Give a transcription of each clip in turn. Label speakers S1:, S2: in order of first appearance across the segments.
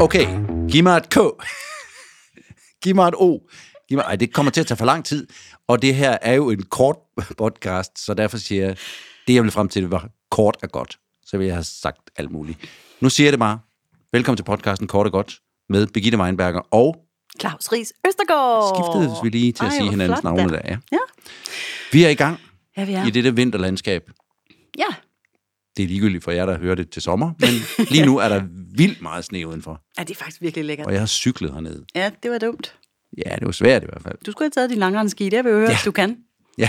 S1: Okay, giv mig et K. giv mig et O. Giv mig, ej, det kommer til at tage for lang tid. Og det her er jo en kort podcast, så derfor siger jeg, det jeg vil frem til, det var kort og godt. Så vil jeg have sagt alt muligt. Nu siger jeg det bare. Velkommen til podcasten Kort og Godt med Birgitte Weinberger og
S2: Claus Ries Østergaard.
S1: skiftedes vi lige til at
S2: Ej,
S1: sige
S2: hvor
S1: hinandens
S2: flot
S1: navne
S2: da.
S1: der. Ja.
S2: Ja,
S1: Vi er i gang
S2: ja vi
S1: ja. i
S2: er.
S1: dette vinterlandskab.
S2: Ja,
S1: Det er ligegyldigt for jer, der hører det til sommer, men lige nu er der vildt meget sne udenfor,
S2: ja det er faktisk virkelig lækkert.
S1: og jeg har cyklet hernede.
S2: Ja, det var dumt.
S1: Ja, det var svært i hvert fald.
S2: Du skulle have taget din langrendsski, ski, det har vi jo hørt,
S1: Ja.
S2: ja. du kan.
S1: Ja,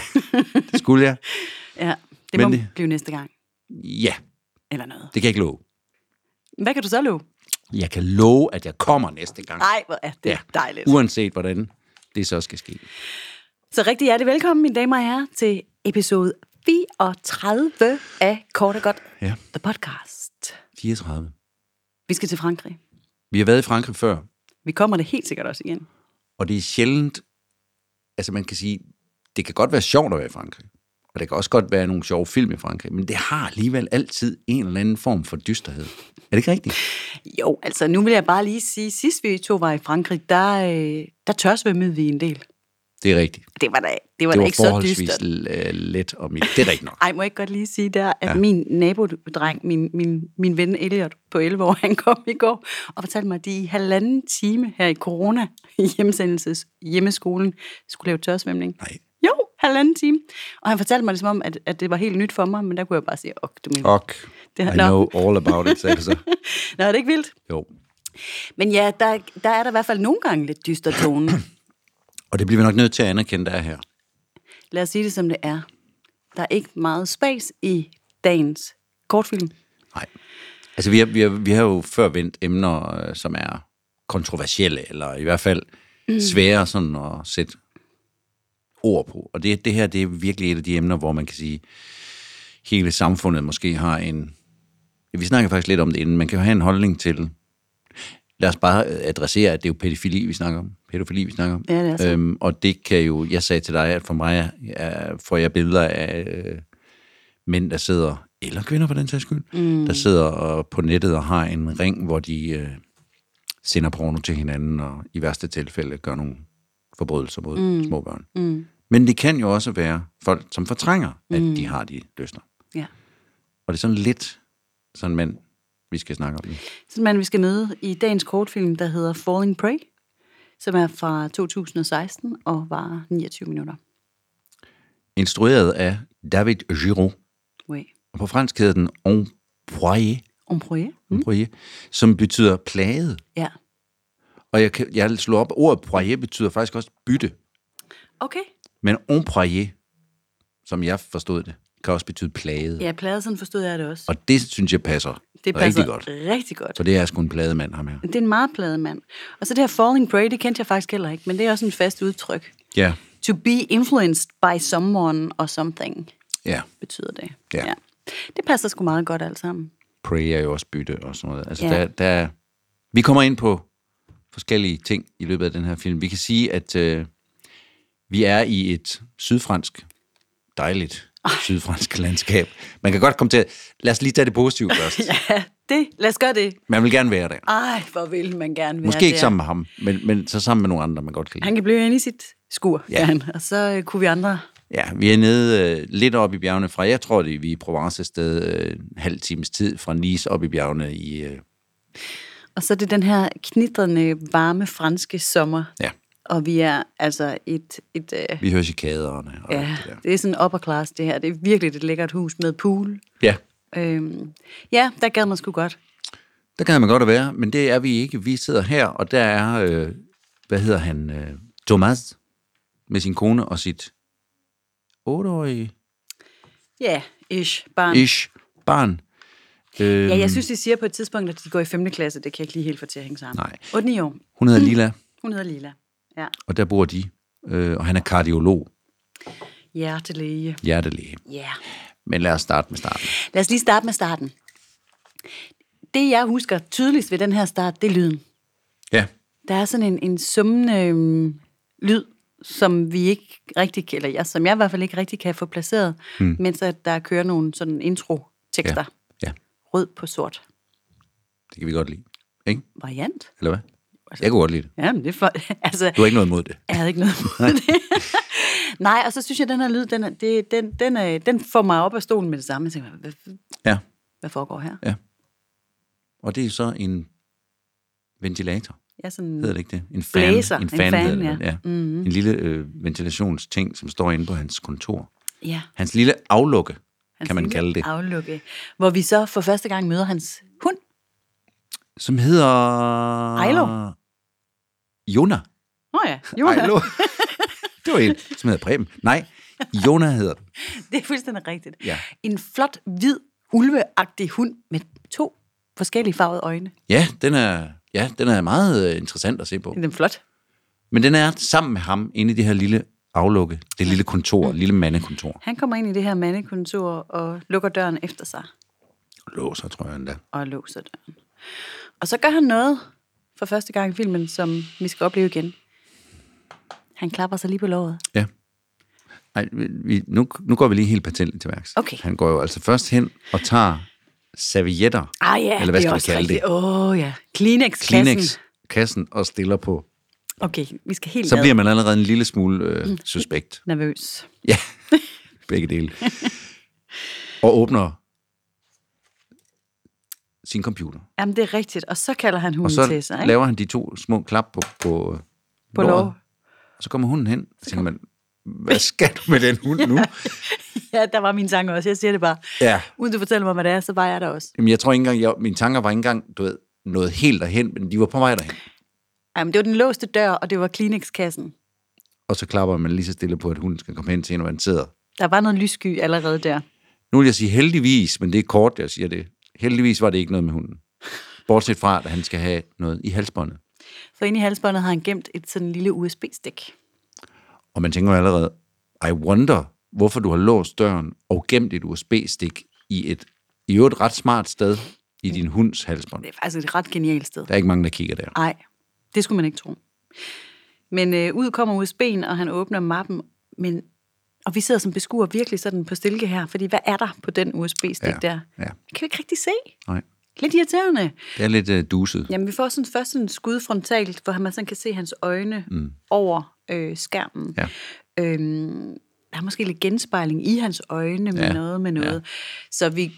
S1: det skulle jeg.
S2: Ja, det
S1: Men
S2: må
S1: det-
S2: det... blive næste gang,
S1: Ja,
S2: eller noget.
S1: det kan jeg ikke love.
S2: Hvad kan du så love?
S1: Jeg kan love, at jeg kommer næste gang.
S2: Nej, hvor er det
S1: Ja.
S2: ja. dejligt.
S1: Uanset hvordan det så skal ske.
S2: Så rigtig hjertelig velkommen, mine damer og herrer, til episode 34 af Kort og Godt,
S1: Ja.
S2: The Podcast.
S1: 34.
S2: Vi skal til Frankrig.
S1: Vi har været i Frankrig før,
S2: Vi kommer det helt sikkert også igen.
S1: og det er sjældent... Altså, man kan sige, det kan godt være sjovt at være i Frankrig. Og det kan også godt være nogle sjove film i Frankrig. Men det har alligevel altid en eller anden form for dysterhed. Er det ikke rigtigt?
S2: Jo, altså nu vil jeg bare lige sige, sidst vi to var i Frankrig, der, øh, der tørsvømmede vi en del.
S1: Det er rigtigt.
S2: Det var da, det var
S1: Det
S2: da
S1: var
S2: ikke så
S1: forholdsvis
S2: dystert.
S1: øh, let og mildt. Det er rigtigt nok.
S2: Ej, må jeg ikke godt lige sige der, at ja. min nabodreng, min, min, min ven Elliot på 11 år, han kom i går og fortalte mig, at de i halvanden time her i corona i hjemsendelses hjemmeskolen skulle lave tørsvømning.
S1: Nej.
S2: Jo, halvanden time. Og han fortalte mig det som om, at, at det var helt nyt for mig, men der kunne jeg bare sige, ok, du mener.
S1: Fuck.
S2: Det har-
S1: I
S2: Nå.
S1: know all about it, sagde jeg så.
S2: Nå, er det ikke vildt?
S1: Jo.
S2: Men ja, der, der er der i hvert fald nogle gange lidt dyster tone.
S1: Og det bliver vi nok nødt til at anerkende, der er her.
S2: Lad os sige det, som det er. Der er ikke meget space i dagens kortfilm.
S1: Nej. Altså, vi har, vi har, vi har jo før vendt emner, øh, som er kontroversielle, eller i hvert fald svære sådan at sætte ord på. Og det, det her, det er virkelig et af de emner, hvor man kan sige, hele samfundet måske har en... Vi snakker faktisk lidt om det inden. Man kan jo have en holdning til... Lad os bare øh, adressere, at det er jo pædofili, vi snakker om. Pædofili, vi snakker om.
S2: Ja, det er så.
S1: øhm, og det kan jo... Jeg sagde til dig, at for mig er, er, får jeg billeder af... Øh, mænd, der sidder, eller kvinder for den sags skyld, mm. der sidder og på nettet og har en ring, hvor de øh, sender porno til hinanden, og i værste tilfælde gør nogle forbrydelser mod mm. små børn. Mm. Men det kan jo også være folk, som fortrænger, at
S2: Mm.
S1: de har de lyster.
S2: Ja.
S1: Og det er sådan lidt sådan mænd, vi skal snakke om. nu.
S2: Sådan en mand, vi skal møde i dagens kortfilm, der hedder Falling Prey, som er fra 2016 og var 29 minutter.
S1: Instrueret af David Giraud,
S2: Oui.
S1: og på fransk hedder den En Poirier,
S2: En projet?
S1: mm. Poirier som betyder plade.
S2: Ja.
S1: Og jeg, kan, jeg slår op, ordet Poirier betyder faktisk også bytte.
S2: Okay.
S1: Men employé, som jeg forstod det, kan også betyde plade. Ja.
S2: Ja, plader, sådan forstod jeg det også.
S1: Og det synes jeg passer,
S2: det passer
S1: rigtig godt.
S2: rigtig godt.
S1: Så det er sgu en plademand, ham her.
S2: Det er en meget plade mand. Og så det her Falling Prey, det kendte jeg faktisk heller ikke, men det er også en fast udtryk.
S1: Ja,
S2: To be influenced by someone or something,
S1: ja.
S2: betyder det.
S1: Ja.
S2: Det passer sgu meget godt alt sammen.
S1: Prey er jo også bytte og sådan noget. Altså, ja.
S2: Ja.
S1: der, der, vi kommer ind på forskellige ting i løbet af den her film. Vi kan sige, at øh, vi er i et sydfransk, dejligt sydfransk landskab. Man kan godt komme til at... Lad os lige tage det positive først.
S2: Ja, det. Lad os gøre det.
S1: Man vil gerne være der.
S2: Ej, hvor vil man gerne være
S1: Måske ikke
S2: der.
S1: sammen med ham, men, men så sammen med nogle andre, man godt kan lide.
S2: Han kan blive inde i sit skur,
S1: Ja.
S2: ja. han, og så øh, kunne vi andre...
S1: Ja, vi er nede øh, lidt op i bjergene fra, jeg tror, det er vi er i Provence et sted øh, en halv times tid fra Nice op i bjergene i... Øh,
S2: Og så er det den her knitrende, varme, franske sommer,
S1: ja,
S2: og vi er altså et... et øh,
S1: vi hører chikaderne og
S2: ja,
S1: alt det der.
S2: det er sådan upper class, det her. Det er virkelig et lækkert hus med pool.
S1: Ja,
S2: Øhm, ja, der gad man sgu godt.
S1: der kan man godt at være, men det er vi ikke. Vi sidder her, og der er, øh, hvad hedder han, øh, Thomas med sin kone og sit 8-årige
S2: Ja, ish, barn.
S1: ish barn. Øh,
S2: Ja, jeg synes, de siger på et tidspunkt, at de går i 5. klasse. Det kan jeg ikke lige helt få til at hænge sammen.
S1: Nej.
S2: 8 år.
S1: Hun hedder Lila,
S2: Hun hedder Lila. Ja,
S1: og der bor de, øh, og han er kardiolog,
S2: hjertelæge.
S1: hjertelæge.
S2: Ja. Yeah.
S1: Men lad os starte med starten.
S2: Lad os lige starte med starten. Det, jeg husker tydeligst ved den her start, det er lyden.
S1: Ja,
S2: Der er sådan en, en summende øhm, lyd, som vi ikke rigtig, eller jeg, som jeg i hvert fald ikke rigtig kan få placeret, mm. mens at der kører nogle sådan intro-tekster,
S1: Hmm. ja,
S2: ja.
S1: ja.
S2: rød på sort.
S1: Det kan vi godt lide. Ikke?
S2: variant.
S1: Eller hvad? Jeg kunne godt lide det.
S2: Jamen, det er for, altså,
S1: Du har ikke noget imod det.
S2: jeg havde ikke noget imod det. Nej, og så synes jeg, at den her lyd, den, er, det, den, den, er, den får mig op af stolen med det samme. Jeg tænker, hvad,
S1: Ja.
S2: hvad foregår her?
S1: Og det er så en ventilator.
S2: Jeg er sådan,
S1: Hedder det ikke det? En fan.
S2: blæser.
S1: En fan, en, fan,
S2: ja.
S1: ja. Ja.
S2: Mm-hmm.
S1: en lille øh, ventilationsting, som står inde på hans kontor.
S2: ja.
S1: Hans lille aflukke,
S2: hans
S1: kan man
S2: lille
S1: kalde det.
S2: Aflukke. Hvor vi så for første gang møder hans hund.
S1: Som hedder...
S2: Ejlo.
S1: Jona.
S2: Åh oh ja, Jonas.
S1: Ejlo. det var en, som hedder Preben. Nej, Jona hedder den.
S2: Det er fuldstændig rigtigt.
S1: Ja.
S2: En flot, hvid, ulveagtig hund med to forskellige farvede øjne.
S1: Ja, den er, ja, den er meget øh, interessant at se på.
S2: Den er flot.
S1: Men den er sammen med ham inde i det her lille aflukke, det lille kontor, lille mandekontor.
S2: Han kommer ind i det her mandekontor og lukker døren efter sig
S1: Låser, tror jeg endda.
S2: og låser døren. Og så gør han noget for første gang i filmen, som vi skal opleve igen. Han klapper sig lige på låret.
S1: Ja. Ej, vi- vi, nu, nu går vi lige helt patent til værks.
S2: Okay.
S1: Han går jo altså først hen og tager servietter,
S2: Ah ja,
S1: Eller hvad
S2: det
S1: skal
S2: er
S1: vi
S2: også
S1: kalde
S2: rigtigt. Åh oh, ja, Kleenex-kassen.
S1: Kleenex-kassen og stiller på.
S2: Okay, vi skal helt
S1: Så
S2: ad.
S1: bliver man allerede en lille smule
S2: Mm.
S1: øh, suspekt.
S2: nervøs.
S1: Ja, begge dele. Og åbner sin computer.
S2: Jamen, det er rigtigt. Og så kalder han
S1: Og
S2: hunden
S1: så
S2: til sig, ikke?
S1: laver han de to små klap på, på,
S2: På lov.
S1: Og så kommer hunden hen, og tænker man, hvad skal du med den hund nu?
S2: Ja, der var min tanke også. Jeg siger det bare.
S1: ja.
S2: Uden du fortæller mig, hvad det er, så var jeg der også.
S1: Jamen, jeg tror ikke engang, jeg, mine tanker var ikke engang, du ved, noget helt derhen, men de var på vej derhen.
S2: Jamen, det var den låste dør, og det var Kleenex-kassen.
S1: Og så klapper man lige så stille på, at hunden skal komme hen til en, hvor han sidder.
S2: Der var noget lyssky allerede der.
S1: Nu vil jeg sige heldigvis, men det er kort, jeg siger det. Heldigvis var det ikke noget med hunden. Bortset fra, at han skal have noget i halsbåndet.
S2: For inde i halsbåndet har han gemt et sådan lille USB-stik.
S1: Og man tænker jo allerede, I wonder, hvorfor du har låst døren og gemt et USB-stik i et i øvrigt ret smart sted i din hunds halsbånd.
S2: Det er faktisk et ret genialt sted.
S1: Der er ikke mange, der kigger der.
S2: Nej, det skulle man ikke tro. Men øh, ud kommer USB'en, og han åbner mappen, men, og vi sidder som beskuer virkelig sådan på stilke her, fordi hvad er der på den USB-stik
S1: Ja,
S2: der?
S1: ja.
S2: Kan vi ikke rigtig se?
S1: Nej,
S2: Lidt irriterende.
S1: det er lidt uh, duset.
S2: Jamen, vi får sådan først sådan en skud frontalt, hvor man sådan kan se hans øjne mm. over øh, skærmen.
S1: Ja.
S2: Øhm, der er måske lidt genspejling i hans øjne med
S1: Ja,
S2: noget med noget. Ja. Så vi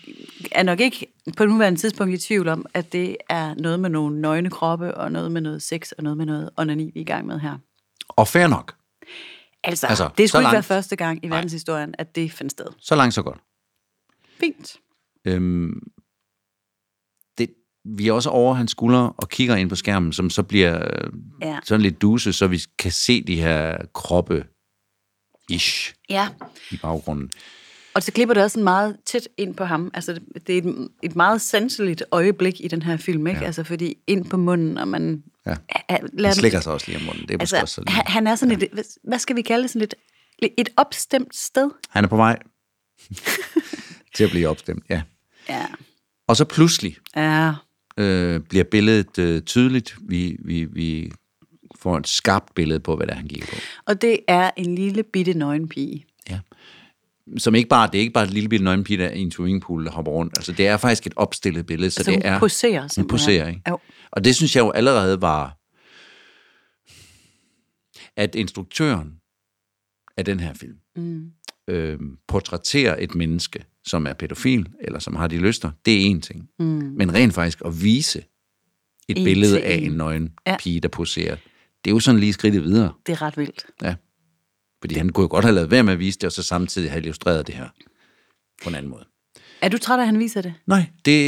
S2: er nok ikke på nuværende tidspunkt i tvivl om, at det er noget med nogle nøgne kroppe, og noget med noget sex, og noget med noget onani, vi er i gang med her.
S1: Og fair nok. Altså,
S2: Altså, altså det
S1: så
S2: skulle ikke være
S1: langt.
S2: første gang i verdenshistorien, at det fandt sted.
S1: Så langt, så godt.
S2: Fint.
S1: Øhm, det, vi er også over hans skuldre og kigger ind på skærmen, som så bliver øh,
S2: Ja.
S1: sådan lidt duset, så vi kan se de her kroppe-ish
S2: ja.
S1: i baggrunden.
S2: Og så klipper det også sådan meget tæt ind på ham. Altså, det- det er et, et meget sanseligt øjeblik i den her film, ikke? Ja. Altså, fordi ind på munden, og man...
S1: Ja.
S2: Ja,
S1: Han slikker sig også lige om munden. Det er måske også
S2: altså,
S1: sådan.
S2: han, han er sådan ja. et... hvad- Hvad skal vi kalde det? Sådan et, et opstemt sted?
S1: Han er på vej til at blive opstemt, ja.
S2: Ja.
S1: Og så pludselig
S2: Ja.
S1: øh, bliver billedet øh, tydeligt. Vi, vi, vi får et skarpt billede på, hvad det er, han kigger på.
S2: Og det er en lille bitte nøgen pige.
S1: Ja. Som ikke bare, det er ikke bare et lille bitte nøgenpige, der er i en swimmingpool, der hopper rundt. Altså, det er faktisk et opstillet billede, så
S2: Altså,
S1: det
S2: hun
S1: er...
S2: poserer
S1: Hun
S2: simpelthen.
S1: poserer, ikke?
S2: Jo.
S1: Og det synes jeg jo allerede var, at instruktøren af den her film
S2: Mm.
S1: øh, portrætterer et menneske, som er pædofil, eller som har de lyster, det er en ting. Mm. Men rent faktisk at vise et
S2: En
S1: billede
S2: til
S1: af
S2: en.
S1: en nøgen
S2: Ja.
S1: ja. pige, der poserer, det er jo sådan lige skridtet videre.
S2: Det er ret vildt.
S1: Ja. Fordi han kunne jo godt have lavet være med at vise det, og så samtidig have illustreret det her på en anden måde.
S2: Er du træt af, at han viser det?
S1: Nej, det...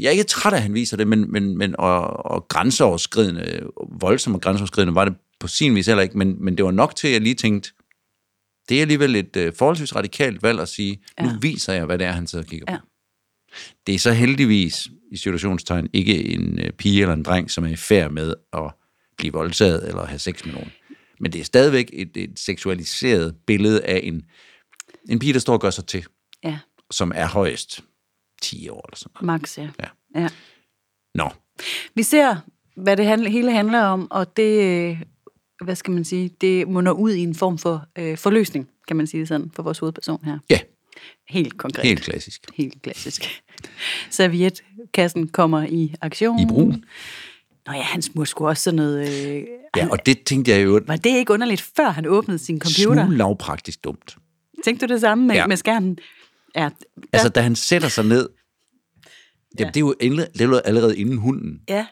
S1: jeg er ikke træt af, at han viser det, men, men, men og, og grænseoverskridende, voldsomt grænseoverskridende var det på sin vis heller ikke, men, men det var nok til, at jeg lige tænkte, det er alligevel et øh, forholdsvis radikalt valg at sige, ja. nu viser jeg, hvad det er, han sidder og kigger på.
S2: Ja.
S1: Ja. Det er så heldigvis, i situationstegn, ikke en øh, pige eller en dreng, som er i færd med at blive voldtaget eller have sex med nogen. Men det er stadigvæk et, et seksualiseret billede af en, en pige, der står og gør sig til
S2: Ja,
S1: som er højst 10 år eller sådan noget.
S2: Max, ja.
S1: Ja.
S2: ja.
S1: Nå,
S2: Vi ser, hvad det handle, hele handler om, og det, øh, hvad skal man sige, det munder ud i en form for øh, forløsning, kan man sige det sådan, for vores hovedperson her.
S1: ja.
S2: Helt konkret.
S1: Helt klassisk.
S2: Helt klassisk. Servietkassen kommer i aktion.
S1: I brug.
S2: Nå ja, han smurte sgu også sådan noget... Øh,
S1: Ja, og det tænkte jeg jo,
S2: var det ikke underligt, før han åbnede sin computer?
S1: smule lavpraktisk dumt.
S2: Tænkte du det samme med,
S1: Ja.
S2: ja. med skærmen? Ja, der,
S1: Altså, da han sætter sig ned, jamen, ja. det er jo endle- det er jo allerede inden hunden.
S2: ja.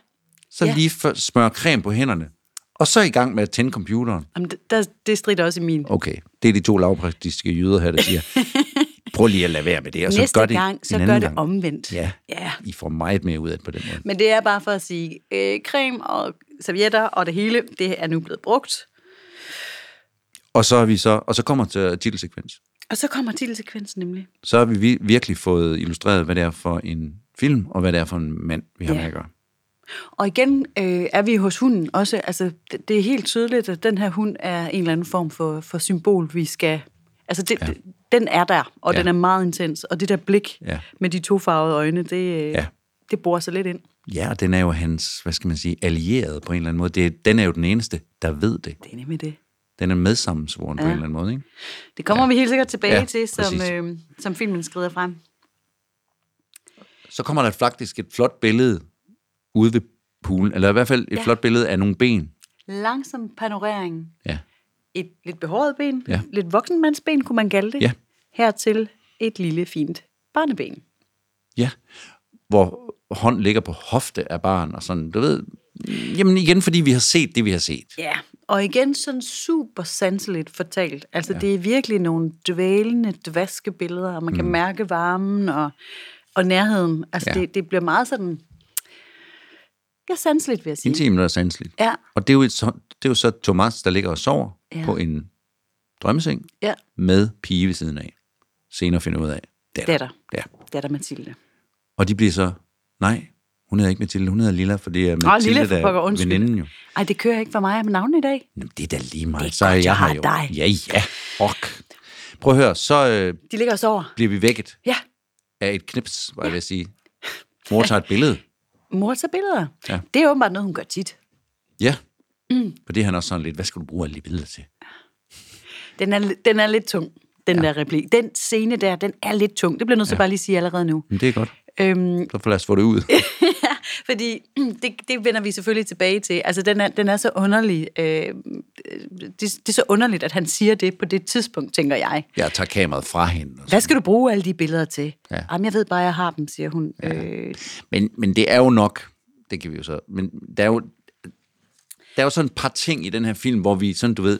S1: Så ja.
S2: Ja.
S1: lige før smøre creme på hænderne, og så i gang med at tænde computeren.
S2: Jamen, det- der, det strider også i min.
S1: Okay, det er de to lavpraktiske jyder her, der siger, prøv lige at lade være med det, og så
S2: Næste
S1: gør det
S2: gang, så
S1: en
S2: gør
S1: anden
S2: det
S1: gang.
S2: omvendt.
S1: Ja.
S2: ja.
S1: I får meget mere ud af det på den måde.
S2: Men det er bare for at sige, øh, creme og servietter og det hele, det er nu blevet brugt.
S1: Og så, er vi så, og så kommer til titelsekvens.
S2: Og så kommer titelsekvensen nemlig.
S1: Så har vi vi- virkelig fået illustreret, hvad det er for en film, og hvad det er for en mand, vi har
S2: Ja.
S1: med at gøre.
S2: Og igen øh, er vi hos hunden også. Altså, det, det er helt tydeligt, at den her hund er en eller anden form for, for symbol, vi skal... Altså, det, ja. den er der, og
S1: Ja.
S2: ja. den er meget intens. Og det der blik
S1: Ja.
S2: med de to farvede øjne, det, øh,
S1: Ja.
S2: ja. det borer sig lidt ind.
S1: Ja, og den er jo hans, hvad skal man sige, allieret på en eller anden måde. Det, er- den er jo den eneste, der ved det.
S2: Det er nemlig det.
S1: Den er medsammensvoren ja. på en eller anden måde, ikke?
S2: Det kommer ja. vi helt sikkert tilbage
S1: Ja,
S2: ja, til, som,
S1: præcis.
S2: øh, som filmen skrider frem.
S1: Så kommer der faktisk et flot billede ude ved poolen, eller i hvert fald et ja.
S2: Ja.
S1: flot billede af nogle ben.
S2: Langsom panorering.
S1: Ja.
S2: Et lidt behåret ben.
S1: Ja.
S2: Lidt voksenmandsben, kunne man kalde det.
S1: Ja.
S2: Hertil et lille, fint barneben.
S1: Ja, hvor hånd ligger på hofte af barn og sådan, du ved. Jamen igen, fordi vi har set det, vi har set.
S2: Ja, og igen sådan super sanseligt fortalt. Altså, ja. det er virkelig nogle dvælende, dvaske billeder, og man kan mærke varmen og, og nærheden. Altså,
S1: Mm. Ja.
S2: ja. det, det bliver meget sådan... Ja, sanseligt, vil jeg sige.
S1: Intimt og sanseligt.
S2: Ja,
S1: Og det er, jo et, så- det er jo så Thomas, der ligger og sover ja.
S2: Ja.
S1: på en drømmeseng
S2: ja.
S1: med pige ved siden af. Senere finder ud af. Datter.
S2: Datter.
S1: Ja.
S2: Det er der Mathilde.
S1: Og de bliver så, nej, hun hedder ikke Mathilde, hun hedder Lilla, for det er Mathilde,
S2: Lilla, for
S1: der
S2: pokker,
S1: er
S2: undskyld.
S1: veninden jo.
S2: Ej, det kører ikke for mig med navnet i dag.
S1: Jamen, det er da lige mig.
S2: er
S1: så er
S2: godt,
S1: jeg
S2: jeg
S1: her
S2: har
S1: jo.
S2: dig.
S1: Ja, ja. Rock. Prøv at høre, så øh,
S2: De ligger og sover.
S1: bliver vi vækket
S2: Ja,
S1: af et knips, var jeg ved at sige. Mor tager et billede.
S2: mor tager billeder.
S1: Ja.
S2: Det er åbenbart noget, hun gør tit.
S1: Ja. Mm. For det er han også sådan lidt, hvad skal du bruge alle de billeder til?
S2: Den er, den er lidt tung, den ja. der replik. Den scene der, den er lidt tung. Det bliver jeg nødt til ja. bare lige at sige allerede nu.
S1: Men det er godt.
S2: Øhm,
S1: Så lad os få det ud.
S2: fordi det, det vender vi selvfølgelig tilbage til. Altså, den er, den er så underlig. Øh, det, det er så underligt, at han siger det på det tidspunkt, tænker jeg.
S1: Jeg tager kameraet fra hende. Og
S2: Hvad skal du bruge alle de billeder til?
S1: Ja.
S2: Jamen, jeg ved bare, jeg har dem, siger hun. Ja. Øh,
S1: Men, men det er jo nok, det kan vi jo så, men der er jo, der er jo sådan et par ting i den her film, hvor vi, sådan du ved,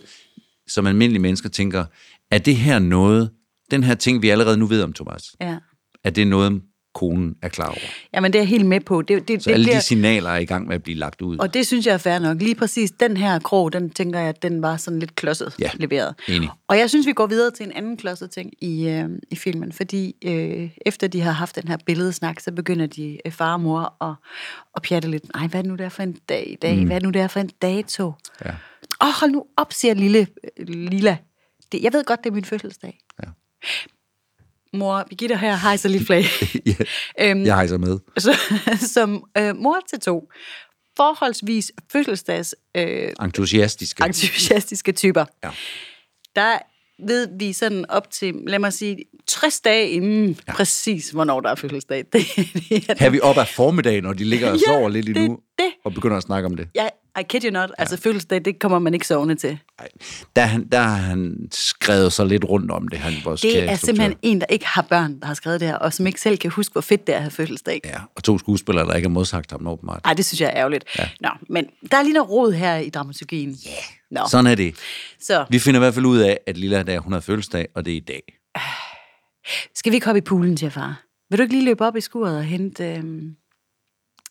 S1: som almindelige mennesker tænker, er det her noget, den her ting, vi allerede nu ved om Thomas,
S2: ja.
S1: er det noget, konen er klar over?
S2: Jamen, det er jeg helt med på. Det, det,
S1: Så
S2: det
S1: alle
S2: bliver,
S1: de signaler er i gang med at blive lagt ud.
S2: Og det synes jeg er fair nok. Lige præcis den her krog, den tænker jeg, at den var sådan lidt klodset
S1: Ja,
S2: leveret.
S1: enig.
S2: Og jeg synes, vi går videre til en anden klodset ting i, øh, i filmen, fordi øh, efter de har haft den her billedsnak, så begynder de øh, far og mor at, at pjatte lidt. Nej, hvad er det nu der for en dag i dag? Mm. Hvad er det nu der for en dato? Åh,
S1: Ja.
S2: oh, hold nu op, siger lille øh, Lilla. Det, jeg ved godt, det er min fødselsdag.
S1: Ja.
S2: Mor, Birgitte her hejser lige flag.
S1: ja,
S2: øhm,
S1: jeg hejser med.
S2: så, som øh, mor til to forholdsvis fødselsdags øh,
S1: Entusiastiske.
S2: entusiastiske typer.
S1: Ja.
S2: Der ved vi sådan op til, lad mig sige, 60 dage inden ja. præcis, hvornår der er fødselsdag. Det, det er,
S1: Her vi op af formiddagen, når de ligger og
S2: Ja,
S1: sover lidt
S2: det
S1: endnu,
S2: er det.
S1: og begynder at snakke om det.
S2: jeg, I kid you not, ja. altså fødselsdag, det kommer man ikke sovende til.
S1: Ej. Der, er han, der har han skrevet sig lidt rundt om det, han vores kære
S2: Det er
S1: instruktør.
S2: simpelthen en, der ikke har børn, der har skrevet det her, og som ikke selv kan huske, hvor fedt det er at have fødselsdag.
S1: Ja, og to skuespillere, der ikke har modsagt ham åbenbart.
S2: Ej, det synes jeg er ærgerligt. Ja. Nå, men der er lige noget rod her i dramaturgien. Yeah. Nå, så.
S1: Sådan er det.
S2: så
S1: Vi finder i hvert fald ud af, at Lilla der, hun har fødselsdag, og det er i dag.
S2: Skal vi ikke hoppe i poolen, siger far? Vil du ikke lige løbe op i skuret og hente... Øhm,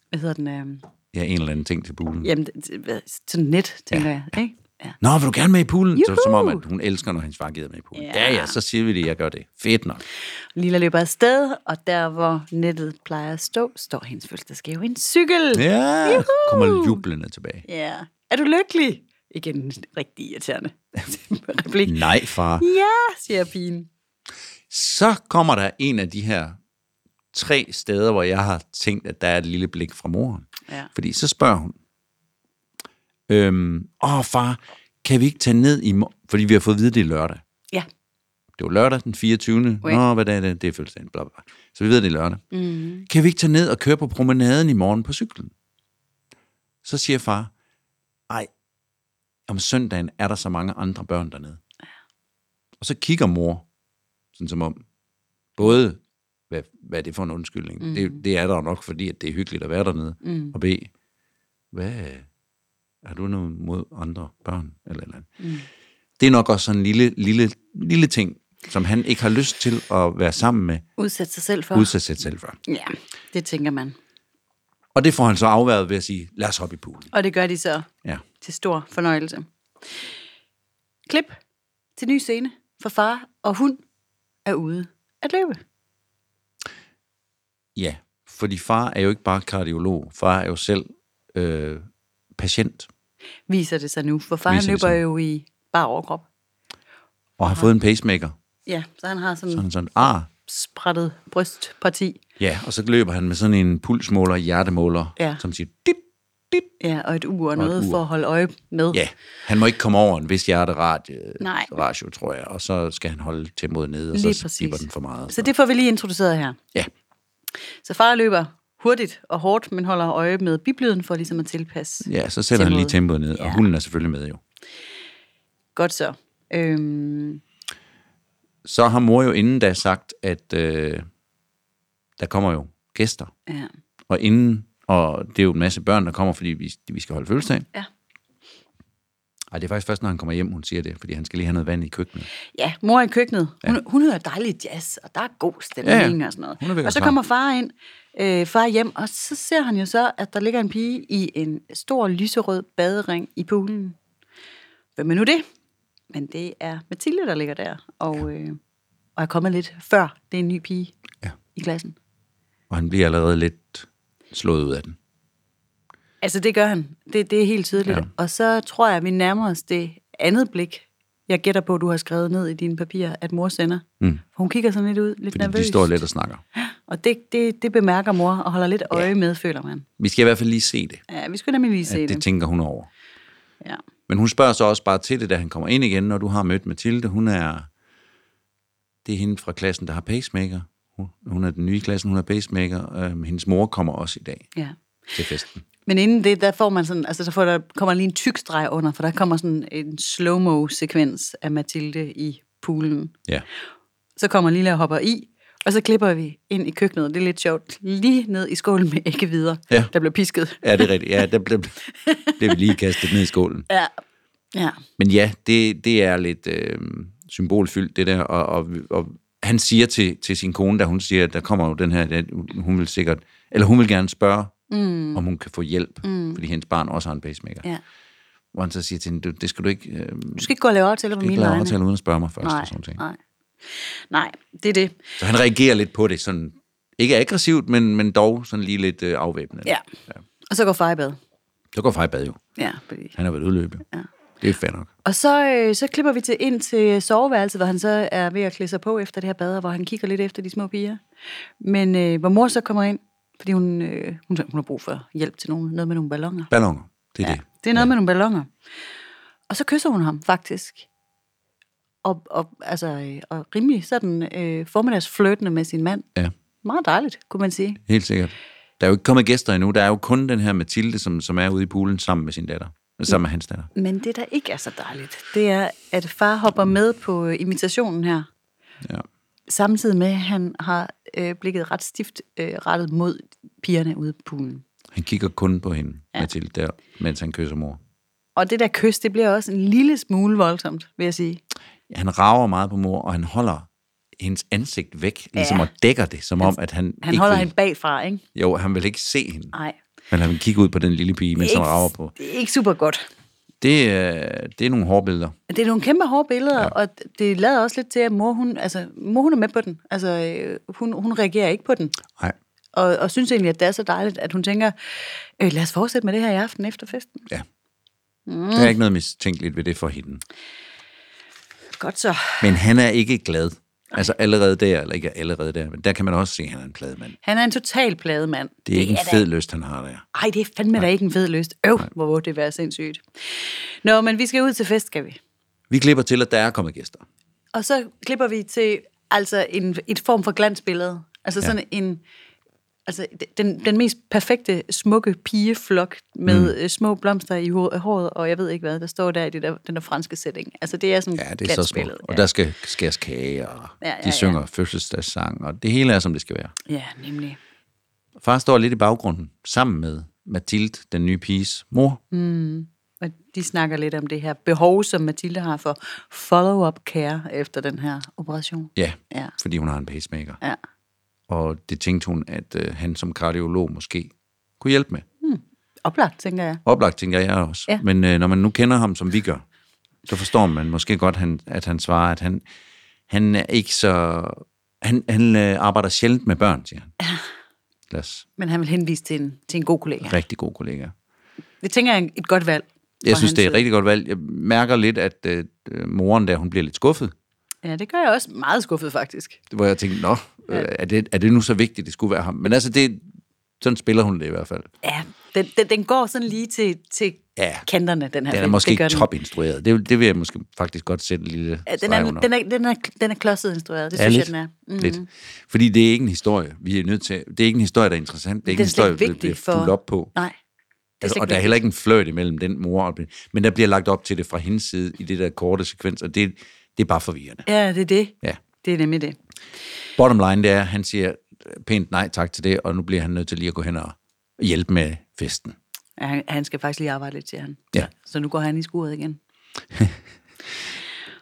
S2: hvad hedder den? Øhm,
S1: Jeg har en eller anden ting til poolen. Ja.
S2: jamen, det- det- hvad- sådan et net, tænker ja. jeg. Ikke? Ja.
S1: Nå, vil du gerne med i poolen? Så er det som om,
S2: Juhu!
S1: at hun elsker, når hendes far gider med i poolen. Ja.
S2: Ja.
S1: ja, ja, så siger vi det, jeg gør det. Fedt nok.
S2: Lilla løber afsted, og der, hvor nettet plejer at stå, står hendes fødselsdagsgave i en cykel. Ja.
S1: Ja, kommer jublende tilbage.
S2: ja. Er du lykkelig? Igen rigtig irriterende replik.
S1: Nej, far.
S2: Ja, siger pigen.
S1: Så kommer der en af de her tre steder, hvor jeg har tænkt, at der er et lille blik fra moren.
S2: Ja.
S1: Fordi så spørger hun, øhm, åh far, kan vi ikke tage ned i morgen? Fordi vi har fået at vide, det er lørdag.
S2: ja.
S1: det var lørdag den 24.
S2: Ui.
S1: Wait. Nå, hvad dag er det? Det er fødselsdagen. Bla, bla, bla. Så vi ved, det er lørdag. Mm. Kan vi ikke tage ned og køre på promenaden i morgen på cyklen? Så siger far, ej, om søndagen er der så mange andre børn dernede. Og så kigger mor, sådan som om, både, hvad, hvad er det for en undskyldning? Mm. Det, det er der jo nok, fordi at det er hyggeligt at være dernede. Mm. Og B, hvad, har du noget mod andre børn? Eller, et eller andet. Mm. Det er nok også sådan en lille, lille, lille ting, som han ikke har lyst til at være sammen med,
S2: Udsætte sig selv for.
S1: udsat sig selv for.
S2: ja, det tænker man.
S1: Og det får han så afværet ved at sige, lad os hoppe i poolen.
S2: Og det gør de så
S1: Ja.
S2: til stor fornøjelse. Klip til ny scene, for far og hund er ude at løbe.
S1: ja, fordi far er jo ikke bare kardiolog, far er jo selv øh, patient.
S2: Viser det sig nu, for far
S1: Viser
S2: han
S1: det
S2: løber
S1: sig.
S2: jo i bare overkrop.
S1: og har fået en pacemaker.
S2: Ja, så han har sådan,
S1: Så
S2: sådan.
S1: han sådan, ah,
S2: sprættet brystparti.
S1: ja, og så løber han med sådan en pulsmåler, hjertemåler,
S2: Ja.
S1: som siger, dit, dit.
S2: Ja, og et ur og noget
S1: ur.
S2: for at holde øje med.
S1: Ja, han må ikke komme over en vis hjerteratio,
S2: Nej.
S1: ratio, tror jeg, og så skal han holde tempoet nede, og
S2: Lige
S1: så
S2: præcis.
S1: slipper den for meget.
S2: Så det får vi lige introduceret her.
S1: Ja,
S2: Så far løber hurtigt og hårdt, men holder øje med biblyden for ligesom at tilpasse.
S1: ja, så sætter han lige tempoet ned, og
S2: Ja.
S1: hunden er selvfølgelig med jo.
S2: Godt så. Øhm,
S1: Så har mor jo inden da sagt, at øh, der kommer jo gæster,
S2: ja.
S1: og inden, og det er jo en masse børn, der kommer, fordi vi, vi skal holde fødselsdag.
S2: Ja.
S1: Ej, det er faktisk først, når han kommer hjem, hun siger det, fordi han skal lige have noget vand i køkkenet.
S2: ja, mor i køkkenet. Hun, ja. hun hører dejlig jazz, og der er god stemning
S1: Ja, ja.
S2: og sådan
S1: Hun er
S2: noget.
S1: ved
S2: Og
S1: at
S2: så
S1: være klar.
S2: kommer far ind, øh, far hjem, og så ser han jo så, at der ligger en pige i en stor lyserød badering i poolen. Hvem er nu det? Men det er Mathilde, der ligger der, og, øh, og er kommet lidt før. Det er en ny pige
S1: Ja.
S2: i klassen.
S1: Og han bliver allerede lidt slået ud af den.
S2: Altså, det gør han. Det, det er helt tydeligt. Ja.
S1: Ja.
S2: Og så tror jeg, at vi nærmer os det andet blik, jeg gætter på, du har skrevet ned i dine papirer, at mor sender. Mm. For hun kigger sådan lidt ud, lidt
S1: Fordi
S2: nervøs.
S1: de står lidt og snakker.
S2: Og det, det, det bemærker mor og holder lidt øje ja. med, føler man.
S1: Vi skal i hvert fald lige se det.
S2: Ja, vi skulle nemlig lige se
S1: At
S2: det.
S1: det
S2: det.
S1: tænker hun over.
S2: Ja.
S1: Men hun spørger så også bare til det, da han kommer ind igen, når du har mødt Mathilde. Hun er... Det er hende fra klassen, der har pacemaker. Hun- Hun er den nye i klassen, hun har pacemaker. Øhm, hendes mor kommer også i dag
S2: ja.
S1: til festen.
S2: Men inden det, der får man sådan, altså der, får, der kommer lige en tyk streg under, for der kommer sådan en slow-mo-sekvens af Mathilde i poolen.
S1: Ja.
S2: Så kommer Lilla og hopper i, og så klipper vi ind i køkkenet. Det er lidt sjovt. Lige ned i skålen med æggevider,
S1: Ja.
S2: der bliver pisket.
S1: Ja, det er rigtigt. Ja, der blev, blev vi lige kastet ned i skålen.
S2: Ja. Ja.
S1: Men ja, det, det er lidt øh, symbolfyldt, det der. Og, og, og han siger til, til sin kone, da hun siger, at der kommer jo den her, den- hun vil sikkert, eller hun vil gerne spørge, mm. om hun kan få hjælp, mm. fordi hendes barn også har en pacemaker.
S2: ja.
S1: Hvor han så siger til hende, "Du- det skal du ikke, øh,
S2: Du skal ikke gå og lave aftaler på
S1: ikke
S2: mine
S1: lave
S2: vegne.
S1: aftale uden at spørge mig først.
S2: Nej,
S1: og sådan ting.
S2: nej. Nej, det er det.
S1: Så han reagerer lidt på det, sådan, ikke aggressivt, men, men dog sådan lige lidt øh, afvæbnende.
S2: Ja. Og så går far i bad.
S1: Så går far i bad jo.
S2: Ja, fordi...
S1: Han har været udløbet. Ja. Det er fair nok.
S2: Og så, øh, så klipper vi til ind til soveværelset, hvor han så er ved at klæde sig på efter det her bad, og hvor han kigger lidt efter de små piger. Men øh, hvor mor så kommer ind, fordi hun, øh, hun, hun har brug for hjælp til nogen, noget med nogle ballonger.
S1: Ballonger, det er ja. det.
S2: Det er noget ja. med nogle ballonger. Og så kysser hun ham faktisk. Og, og, altså, øh, og rimelig sådan øh, formiddagsflirtende med sin mand.
S1: Ja.
S2: Meget dejligt, kunne man sige.
S1: Helt sikkert. Der er jo ikke kommet gæster endnu. Der er jo kun den her Mathilde, som, som er ude i poolen sammen med sin datter. Sammen med hans datter.
S2: Men det, der ikke er så dejligt, det er, at far hopper med på øh, imitationen her,
S1: Ja.
S2: samtidig med, at han har øh, blikket ret stift øh, rettet mod pigerne ude på poolen.
S1: Han kigger kun på hende, ja. Mathilde, der, mens han kysser mor.
S2: Og det der kys, det bliver også en lille smule voldsomt, vil jeg sige.
S1: Han rager meget på mor, og han holder hendes ansigt væk, ligesom
S2: Ja.
S1: og dækker det, som om, at han,
S2: Han
S1: ikke
S2: holder
S1: vil,
S2: hende bagfra, ikke?
S1: Jo, han vil ikke se hende,
S2: Nej.
S1: men han vil kigge ud på den lille pige, mens han rager på.
S2: Det er ikke super godt.
S1: Det, øh, det er nogle hårde billeder.
S2: Det er nogle kæmpe hårde billeder, ja. og det lader også lidt til, at mor hun, altså, mor, hun er med på den. Altså, øh, hun, hun reagerer ikke på den.
S1: Nej.
S2: Og, og synes egentlig, at det er så dejligt, at hun tænker, øh, lad os fortsætte med det her i aften efter festen.
S1: Ja. Mm. Der er ikke noget mistænkeligt ved det for hende.
S2: Godt så.
S1: Men han er ikke glad. Altså allerede der, eller ikke allerede der, men der kan man også se, at han er en plademand.
S2: Han er en total plademand.
S1: Det er ikke en
S2: da-
S1: fed lyst, han har der.
S2: Ej, det er fandme da ikke en fed lyst. Øv, hvor må det være sindssygt. Nå, men vi skal ud til fest, skal vi?
S1: Vi klipper til, at der er kommet gæster.
S2: Og så klipper vi til altså en, et form for glansbillede. Altså
S1: Ja.
S2: ja. sådan en... Altså den, den mest perfekte, smukke pigeflok med mm. små blomster i ho- håret, og jeg ved ikke hvad, der står der i det der, den der franske sætning. Altså det er sådan
S1: Ja, det er så smukt.
S2: glansbillede.
S1: Og der skal skæres kage, og ja, ja,
S2: ja,
S1: de
S2: ja.
S1: synger fødselsdagssang, og det hele er, som det skal være.
S2: Ja. ja, nemlig.
S1: Far står lidt i baggrunden, sammen med Mathilde, den nye piges mor. Mm.
S2: Og de snakker lidt om det her behov, som Mathilde har for follow-up care efter den her operation.
S1: Ja,
S2: Ja.
S1: fordi hun har en pacemaker.
S2: Ja.
S1: Og det tænkte hun, at øh, han som kardiolog måske kunne hjælpe med.
S2: Oplagt, tænker jeg.
S1: Oplagt, tænker jeg også.
S2: Ja.
S1: Men øh, når man nu kender ham, som vi gør, så forstår man måske godt, han, at han svarer, at han, han er ikke så... Han, han øh, arbejder sjældent med børn, siger han. Ja. Lad os.
S2: Men han vil henvise til en, til en god kollega.
S1: Rigtig god kollega.
S2: Det tænker jeg er et godt valg.
S1: Jeg
S2: fra
S1: synes,
S2: hans
S1: det er et
S2: side.
S1: rigtig godt valg. Jeg mærker lidt, at øh, moren der, hun bliver lidt skuffet.
S2: Ja, det gør jeg også meget skuffet, faktisk.
S1: Hvor jeg tænkte, nå, øh, er, det, er det nu så vigtigt, det skulle være ham? Men altså, det, sådan spiller hun det i hvert fald.
S2: Ja, den, den, den går sådan lige til, til
S1: Ja.
S2: kanterne, den her
S1: Den er
S2: film.
S1: måske
S2: Det gør
S1: ikke topinstrueret. Det, det vil jeg måske faktisk godt sætte en lille
S2: Ja, den,
S1: streg
S2: er,
S1: under.
S2: den, er, den, er, den er klodset instrueret, det
S1: Ja,
S2: synes
S1: lidt.
S2: jeg, den er. Mm.
S1: Lidt. Fordi det er ikke en historie, vi er nødt til. Det er ikke en historie, der er interessant. Det er ikke
S2: Den
S1: en
S2: er
S1: historie,
S2: slet
S1: der
S2: ikke vigtig
S1: bliver
S2: for-
S1: fuldt op på.
S2: Nej. Det
S1: Altså,
S2: slet
S1: og
S2: ikke
S1: der er
S2: vigtigt.
S1: heller ikke en fløjt imellem den mor og Men der bliver lagt op til det fra hendes side i det der korte sekvens, og det, det er bare forvirrende.
S2: Ja, det er det.
S1: Ja.
S2: Det er nemlig det.
S1: Bottom line, det er, at han siger pænt nej tak til det, og nu bliver han nødt til lige at gå hen og hjælpe med festen.
S2: Ja, han, han skal faktisk lige arbejde lidt til han.
S1: Ja.
S2: Så nu går han i skuret igen.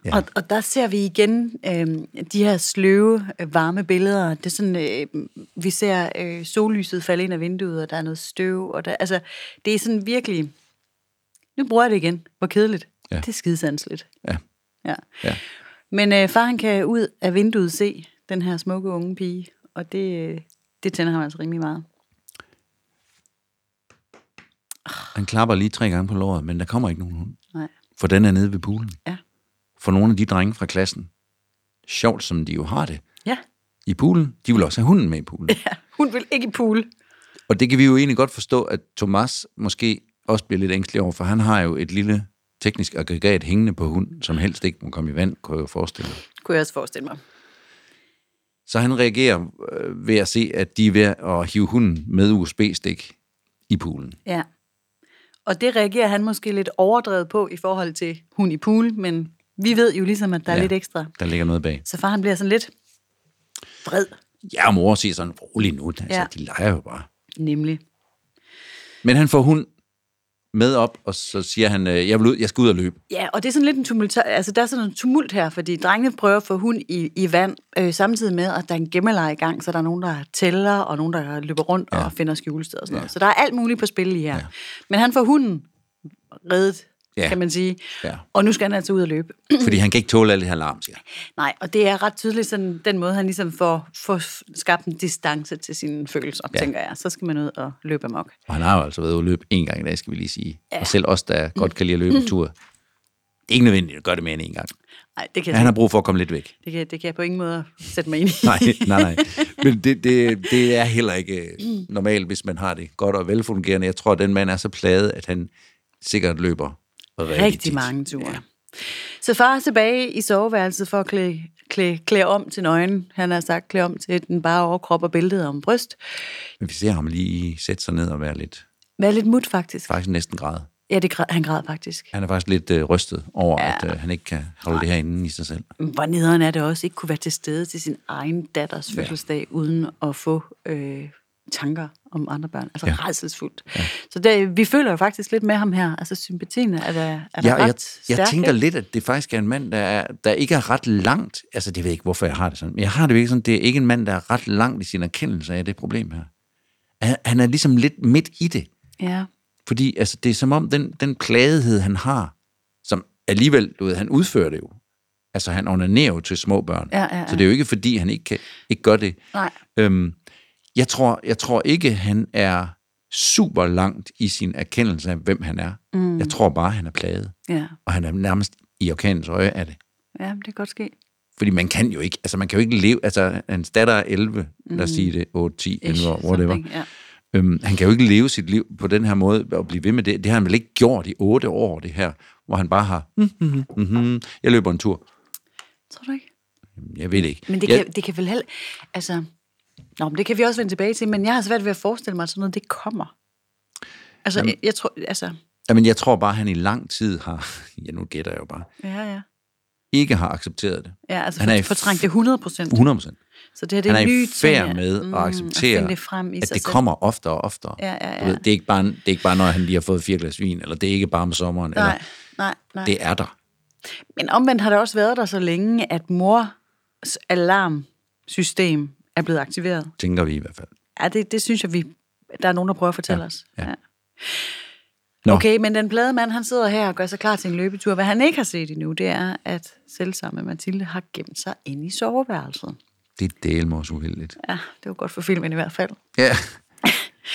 S2: ja. og, og der ser vi igen øh, de her sløve, øh, varme billeder. Det er sådan, øh, vi ser øh, sollyset falde ind af vinduet, og der er noget støv. Og der, altså, det er sådan virkelig... Nu bruger jeg det igen. Hvor kedeligt.
S1: Ja.
S2: Det er skidesandsligt.
S1: Ja,
S2: Ja.
S1: ja.
S2: Men øh, far han kan ud af vinduet se den her smukke unge pige, og det, øh, det tænder ham altså rimelig meget.
S1: Han klapper lige tre gange på låret, men der kommer ikke nogen hund.
S2: Nej.
S1: For den er nede ved poolen.
S2: Ja.
S1: For nogle af de drenge fra klassen, sjovt som de jo har det,
S2: Ja.
S1: i poolen, de vil også have hunden med i poolen.
S2: ja. Hun vil ikke i pool.
S1: Og det kan vi jo egentlig godt forstå, at Thomas måske også bliver lidt ængstelig over, for han har jo et lille teknisk aggregat hængende på hunden, som helst ikke må komme i vand, kunne jeg jo forestille mig.
S2: Kunne jeg også forestille mig.
S1: Så han reagerer øh, ved at se, at de er ved at hive hunden med USB-stik i poolen.
S2: Ja. Og det reagerer han måske lidt overdrevet på i forhold til hun i pool, men vi ved jo ligesom, at der ja.
S1: Ja.
S2: er lidt ekstra.
S1: Der ligger noget bag.
S2: Så far han bliver sådan lidt vred,
S1: Ja, og mor siger sådan, rolig nu, altså, ja.
S2: Ja.
S1: de leger jo bare.
S2: nemlig.
S1: Men han får hun med op, og så siger han, øh, jeg, vil ud, jeg skal ud og løbe.
S2: Ja, og det er sådan lidt en tumult, altså der er sådan en tumult her, fordi drengene prøver at få hund i, i vand, øh, samtidig med, at der er en gemmeleg i gang, så der er nogen, der tæller, og nogen, der løber rundt ja. og finder skjulested og sådan ja. noget. Så der er alt muligt på spil lige her. Ja. Men han får hunden reddet,
S1: Ja.
S2: ja. kan man sige,
S1: Ja.
S2: og nu skal han altså ud og løbe.
S1: Fordi han kan ikke tåle alt det her larm, siger han.
S2: Nej, og det er ret tydeligt sådan, den måde, han ligesom får, får skabt en distance til sine følelser, ja. tænker jeg. Så skal man ud og løbe amok.
S1: Og han har jo altså været ude at løbe en gang i dag, skal vi lige sige. Ja. Og selv os, der godt kan lide at løbe en tur. Det er ikke nødvendigt at gøre det mere end en gang.
S2: Nej, det kan,
S1: Han
S2: jeg,
S1: har brug for at komme lidt væk.
S2: det, kan, det kan jeg på ingen måde sætte mig ind i.
S1: Nej, nej, nej. Men det, det, det er heller ikke øh, normalt, hvis man har det godt og velfungerende. Jeg tror, at den mand er så plaget, at han sikkert løber rigtig,
S2: Rigtig
S1: tit.
S2: mange ture. Ja. Så far er tilbage i soveværelset for at klæde, klæde, klæde om til nøgen. Han har sagt, klæde om til den bare overkrop og bæltet om bryst.
S1: Men vi ser ham lige sætte sig ned og være lidt,
S2: Hvad er lidt mut, faktisk.
S1: faktisk næsten græd.
S2: Ja, det, græd- han græd faktisk.
S1: Han er faktisk lidt øh, rystet over, ja. at øh, han ikke kan holde det her inde i sig selv.
S2: Hvor nederen er det også ikke kunne være til stede til sin egen datters fødselsdag, uden at få øh, tanker om andre børn. Altså ja. redselsfuldt. Ja. Så det, vi føler jo faktisk lidt med ham her. Altså sympatien er der, er der
S1: Ja, jeg,
S2: ret
S1: jeg
S2: stærk,
S1: tænker
S2: ikke?
S1: lidt, at det faktisk er en mand, der, er, der ikke er ret langt. Altså, det ved jeg ikke, hvorfor jeg har det sådan. Men jeg har det virkelig sådan, det er ikke en mand, der er ret langt i sin erkendelse af det problem her. Han, han er ligesom lidt midt i det.
S2: Ja.
S1: Fordi altså, det er som om, den, den plagethed, han har, som alligevel, du ved, han udfører det jo. Altså, han onanerer jo til små børn.
S2: Ja, ja, ja.
S1: Så det er jo ikke, fordi han ikke, kan, ikke gør det.
S2: Nej.
S1: Øhm, jeg, tror, jeg tror ikke, han er super langt i sin erkendelse af, hvem han er. Mm. Jeg tror bare, han er plaget.
S2: Ja.
S1: Og han er nærmest i orkanens øje af det.
S2: ja, det kan godt ske.
S1: Fordi man kan jo ikke, altså man kan jo ikke leve, altså hans datter er 11, mm. lad os sige det, 8, 10, 11 år, whatever.
S2: something, ja.
S1: Øhm, han kan jo ikke leve sit liv på den her måde og blive ved med det. Det har han vel ikke mm, gjort i 8 år, det her, hvor han bare har, mm, mm, mm, mm, jeg løber en tur.
S2: Tror du ikke?
S1: Jeg ved det ikke.
S2: Men det
S1: jeg,
S2: kan, det kan vel heller... Altså, nå, men det kan vi også vende tilbage til, men jeg har svært ved at forestille mig, at sådan noget det kommer. Altså, jeg, jeg tror... Altså,
S1: Jamen, jeg tror bare, han i lang tid har... Ja, nu gætter jeg jo bare.
S2: ja, ja.
S1: Ikke har accepteret det.
S2: Ja, altså
S1: Han er i
S2: for, fortrængt det 100 procent.
S1: 100 procent.
S2: Så det her det
S1: Han er
S2: er en ny
S1: i færd
S2: ting, ja.
S1: med at acceptere,
S2: finde det frem i
S1: at
S2: sig
S1: det
S2: selv.
S1: kommer oftere og oftere.
S2: Ja, ja,
S1: Du
S2: ja.
S1: Ved, det, er ikke bare, det er ikke bare, når han lige har fået fire glas vin, eller det er ikke bare om sommeren.
S2: Nej,
S1: Eller,
S2: nej, nej. Det.
S1: det er der.
S2: Men omvendt har det også været der så længe, at mors alarmsystem er blevet aktiveret.
S1: tænker vi i hvert fald.
S2: Ja, det, det synes jeg, vi, der er nogen, der prøver at fortælle ja. os. Ja.
S1: Nå.
S2: Okay, men den plade mand, han sidder her og gør sig klar til en løbetur. Hvad han ikke har set endnu, det er, at selvsamme Mathilde har gemt sig inde i soveværelset.
S1: Det er delme også uheldigt.
S2: Ja, det var godt for filmen i hvert fald.
S1: Ja,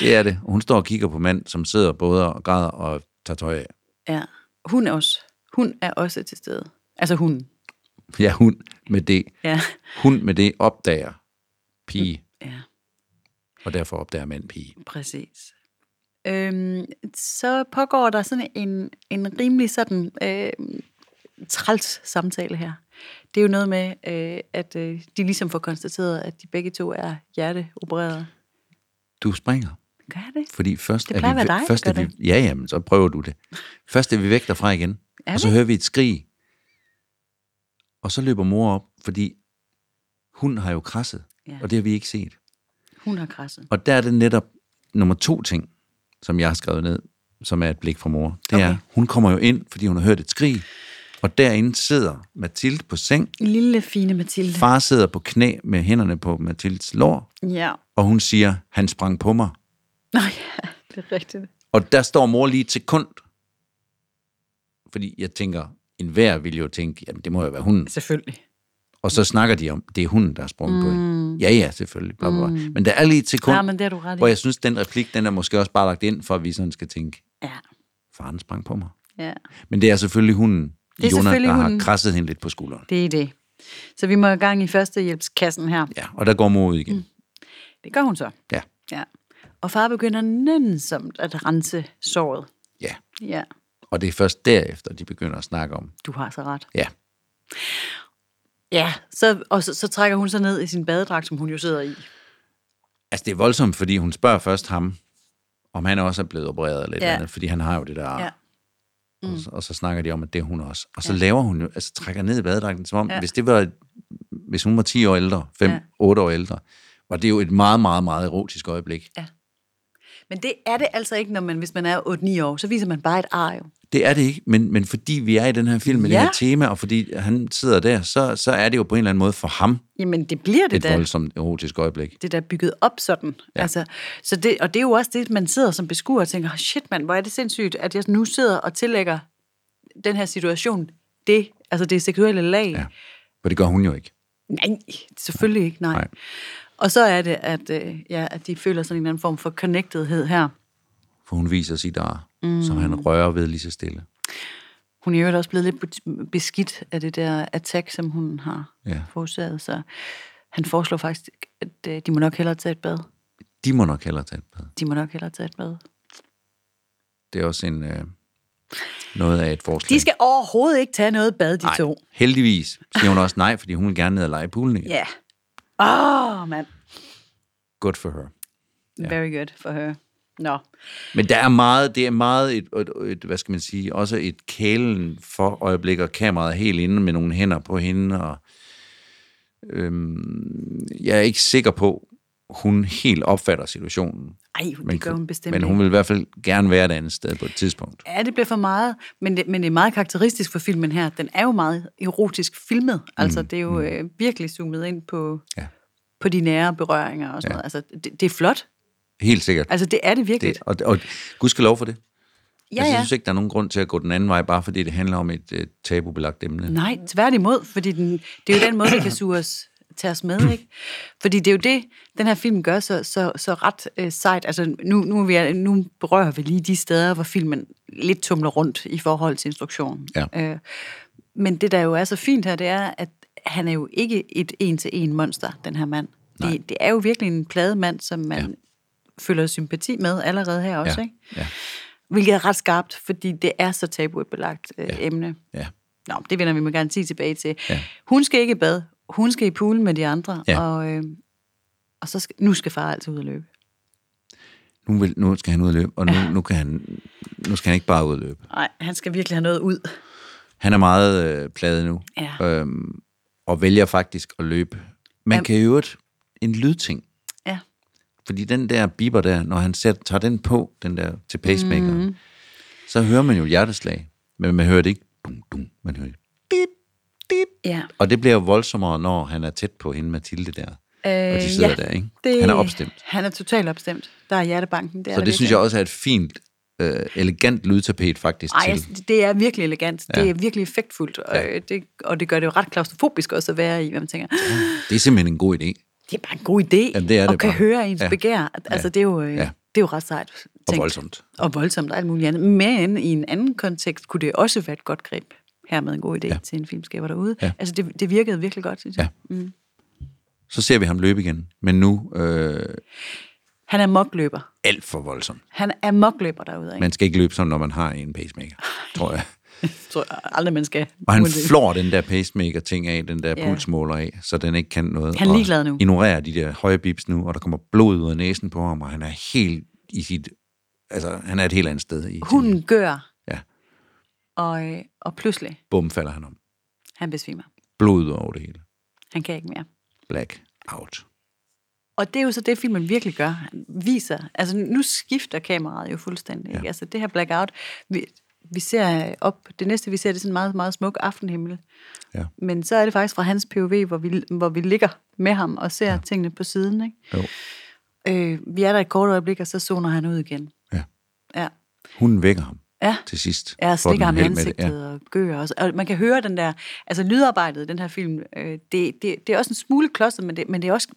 S1: det er det. Hun står og kigger på mand, som sidder både og græder og tager tøj af.
S2: Ja. Hun er også, hun er også til stede. Altså hun.
S1: Ja, hun med det.
S2: Ja.
S1: Hun med det opdager pige,
S2: ja.
S1: og derfor opdager mand pige.
S2: Præcis. Øhm, så pågår der sådan en, en rimelig sådan øh, træls samtale her. Det er jo noget med, øh, at øh, de ligesom får konstateret, at de begge to er hjerteopererede.
S1: Du springer.
S2: Gør jeg det?
S1: Fordi først
S2: Det
S1: er vi,
S2: plejer at være
S1: væ-
S2: dig,
S1: først
S2: der
S1: er
S2: gør
S1: vi, ja, jamen, så prøver du det. Først er vi væk derfra igen,
S2: Er
S1: og så
S2: vi?
S1: hører vi et skrig. Og så løber mor op, fordi hun har jo krasset,
S2: Ja.
S1: og det har vi ikke set.
S2: Hun har krasset.
S1: Og der er det netop nummer to ting, som jeg har skrevet ned, som er et blik fra mor. Det okay. er,
S2: Okay.
S1: hun kommer jo ind, fordi hun har hørt et skrig, og derinde sidder Mathilde på seng.
S2: Lille fine Mathilde.
S1: Far sidder på knæ med hænderne på Mathildes lår,
S2: Ja.
S1: og hun siger, han sprang på mig.
S2: Nå ja, det er rigtigt.
S1: Og der står mor lige et sekund. Fordi jeg tænker, enhver vil jo tænke, jamen det må jo være hunden.
S2: Selvfølgelig.
S1: Og så snakker de om, det er hunden, der er sprunget mm. på hende. Ja, ja, selvfølgelig. Bla, bla. Mm. Men der er lige et sekund,
S2: Ja, men det har du ret i.
S1: hvor jeg synes, den replik, den er måske også bare lagt ind, for at vi sådan skal tænke,
S2: Ja.
S1: faren sprang på mig.
S2: ja.
S1: Men det er selvfølgelig hunden,
S2: Det er
S1: Jonas,
S2: selvfølgelig
S1: der
S2: hunden.
S1: har krasset hende lidt på skulderen.
S2: Det er det. Så vi må i gang i førstehjælpskassen her.
S1: Ja, og der går mor ud igen. Mm.
S2: Det gør hun så.
S1: Ja,
S2: Ja. Og far begynder nænsomt at rense såret.
S1: ja.
S2: Ja,
S1: Og det er først derefter, de begynder at snakke om,
S2: du har så ret.
S1: ja,
S2: Ja, så, og så, så trækker hun sig ned i sin badedragt, som hun jo sidder i.
S1: Altså, det er voldsomt, fordi hun spørger først ham, om han også er blevet opereret eller et
S2: Ja.
S1: eller andet, fordi han har jo det der ar.
S2: Ja. Mm.
S1: Og, så, og så snakker de om, at det er hun også. Og så ja. laver hun jo, altså trækker ned i badedragten, som om,
S2: Ja.
S1: ja. hvis, det var, hvis hun var 10 år ældre, 5-8
S2: Ja.
S1: år ældre, var det jo et meget, meget, meget erotisk øjeblik.
S2: Men det er det altså ikke, når man, hvis man er 8-9 år. Så viser man bare et ar jo.
S1: Det er det ikke, men, men fordi vi er i den her film med
S2: Ja.
S1: det her tema, og fordi han sidder der, så, så er det jo på en eller anden måde for ham
S2: Jamen, det bliver det
S1: et
S2: da.
S1: voldsomt erotisk øjeblik.
S2: Det der bygget op sådan. Ja. Altså, så det, og det er jo også det, man sidder som beskuer og tænker, "Åh, shit mand, hvor er det sindssygt, at jeg nu sidder og tillægger den her situation det, altså det seksuelle lag.
S1: Ja. For det gør hun jo ikke.
S2: Nej, selvfølgelig ikke, nej. nej.
S1: Nej.
S2: Og så er det, at, øh, ja, at de føler sådan en eller anden form for connectedhed her.
S1: For hun viser sit ar, mm. som han rører ved lige så stille.
S2: Hun er jo også blevet lidt bet- beskidt af det der attack, som hun har ja.
S1: Ja.
S2: forårsaget. Så han foreslår faktisk, at øh, de må nok hellere tage et bad.
S1: De må nok hellere tage et bad.
S2: De må nok hellere tage et bad.
S1: Det er også en, øh, noget af et forslag.
S2: De skal overhovedet ikke tage noget bad, de nej.
S1: nej,
S2: to.
S1: heldigvis siger hun også nej, fordi hun vil gerne ned og lege i poolen igen. Yeah.
S2: Ja. Åh, oh, mand.
S1: Good for her.
S2: Very good for her. Nå.
S1: Men der er meget, det er meget et, et, et, hvad skal man sige, også et kælen for øjeblik, og kameraet er helt inde med nogle hænder på hende, og øhm, jeg er ikke sikker på, hun helt opfatter situationen.
S2: Ej, det gør hun bestemt
S1: Men hun vil i hvert fald gerne være et andet sted på et tidspunkt.
S2: Ja, det bliver for meget, men det, men det er meget karakteristisk for filmen her. Den er jo meget erotisk filmet. Altså, mm. det er jo øh, virkelig zoomet ind på, ja.
S1: Ja.
S2: på de nære berøringer og sådan ja. noget. Altså, det, det er flot.
S1: Helt sikkert.
S2: Altså, det er det virkelig.
S1: Det, og, og gud skal lov for det.
S2: ja,
S1: altså,
S2: ja.
S1: jeg synes ikke, der er nogen grund til at gå den anden vej, bare fordi det handler om et øh, tabubelagt emne.
S2: Nej, tværtimod, fordi den, det er jo den måde, det kan suge os, tage os med, ikke? Fordi det er jo det, den her film gør så, så, så ret øh, sejt. Altså, nu, nu, er vi, nu berører vi lige de steder, hvor filmen lidt tumler rundt i forhold til instruktionen.
S1: Ja.
S2: Øh, men det, der jo er så fint her, det er, at han er jo ikke et en-til-en monster, den her mand. Det, det er jo virkelig en plademand, som man ja. føler sympati med allerede her også,
S1: ja.
S2: ikke?
S1: Ja.
S2: Hvilket er ret skarpt, fordi det er så tabubelagt øh, ja. emne.
S1: Ja.
S2: Nå, det vender vi med garanti tilbage til. Ja. Hun skal ikke i bad. Hun skal i poolen med de andre.
S1: Ja.
S2: Og, øh, og så skal, nu skal far altså ud og løbe.
S1: Nu, vil, nu skal han ud og løbe, og nu, nu, kan han, nu skal han ikke bare ud og løbe.
S2: Nej, han skal virkelig have noget ud.
S1: Han er meget øh, pladet nu,
S2: Ja.
S1: øhm, og vælger faktisk at løbe. Man
S2: Jamen.
S1: kan i øvrigt en lydting,
S2: Ja.
S1: fordi den der biber der, når han sæt, tager den på, den der til pacemaker, mm. så hører man jo hjerteslag, men man hører det ikke. Dum, dum, man hører det. Bip, bip.
S2: ja.
S1: Og det bliver jo voldsommere, når han er tæt på hende, Mathilde der. og de sidder der, ikke? Han er opstemt.
S2: Øh, Han er totalt opstemt. Der er hjertebanken. Det er
S1: Så det synes jeg også er et fint, øh, elegant lydtapet faktisk
S2: Ej,
S1: til.
S2: altså, det er virkelig elegant. Ja. Det er virkelig effektfuldt. Og, ja. det, og det gør det jo ret klaustrofobisk også at være i, hvad man tænker.
S1: Det er simpelthen en god idé.
S2: Det er bare en god idé.
S1: Jamen, det er
S2: og
S1: det
S2: kan
S1: bare.
S2: høre ens
S1: Ja.
S2: ja. begær. Altså, det er jo, øh,
S1: Ja.
S2: det er jo ret sejt.
S1: Og
S2: tænkt.
S1: voldsomt.
S2: Og voldsomt og alt muligt andet. Men i en anden kontekst kunne det også være et godt greb. Hermed en god idé ja. til en filmskaber derude. Ja. Altså, det, det virkede virkelig godt, synes jeg. Ja.
S1: Så ser vi ham løbe igen, men nu øh,
S2: Han er mokløber.
S1: alt for voldsomt.
S2: Han er mokløber derude, ikke?
S1: Man skal ikke løbe sådan, når man har en pacemaker, tror jeg.
S2: tror jeg aldrig, man skal.
S1: Og han
S2: uanset.
S1: flår den der pacemaker-ting af, den der
S2: Ja.
S1: pulsmåler af, så den ikke kan noget.
S2: Han er
S1: og
S2: ligeglad nu.
S1: ignorerer de der høje bips nu, og der kommer blod ud af næsen på ham, og han er helt i sit... Altså, han er et helt andet sted i sin-
S2: Hunden gør,
S1: Ja,
S2: og, øh, og pludselig,
S1: bum falder han om.
S2: han besvimer.
S1: Blod ud over det hele.
S2: Han kan ikke mere.
S1: Black out.
S2: Og det er jo så det, filmen virkelig gør. Han viser, altså nu skifter kameraet jo fuldstændig. Ja. Altså det her blackout, vi, vi ser op, det næste vi ser, det er sådan en meget, meget smuk aftenhimmel.
S1: Ja.
S2: Men så er det faktisk fra hans POV, hvor vi, hvor vi ligger med ham og ser ja. tingene på siden. Ikke?
S1: Jo.
S2: Øh, vi er der et kort øjeblik, og så zoner han ud igen.
S1: Ja.
S2: Ja.
S1: Hun vækker ham
S2: Ja.
S1: til sidst.
S2: Ja, og
S1: Får den
S2: stikker ham i
S1: held med det.
S2: ansigtet og gør også. Og man kan høre den der, altså lydarbejdet i den her film, øh, det, det, det er også en smule klodset, men det, men det er også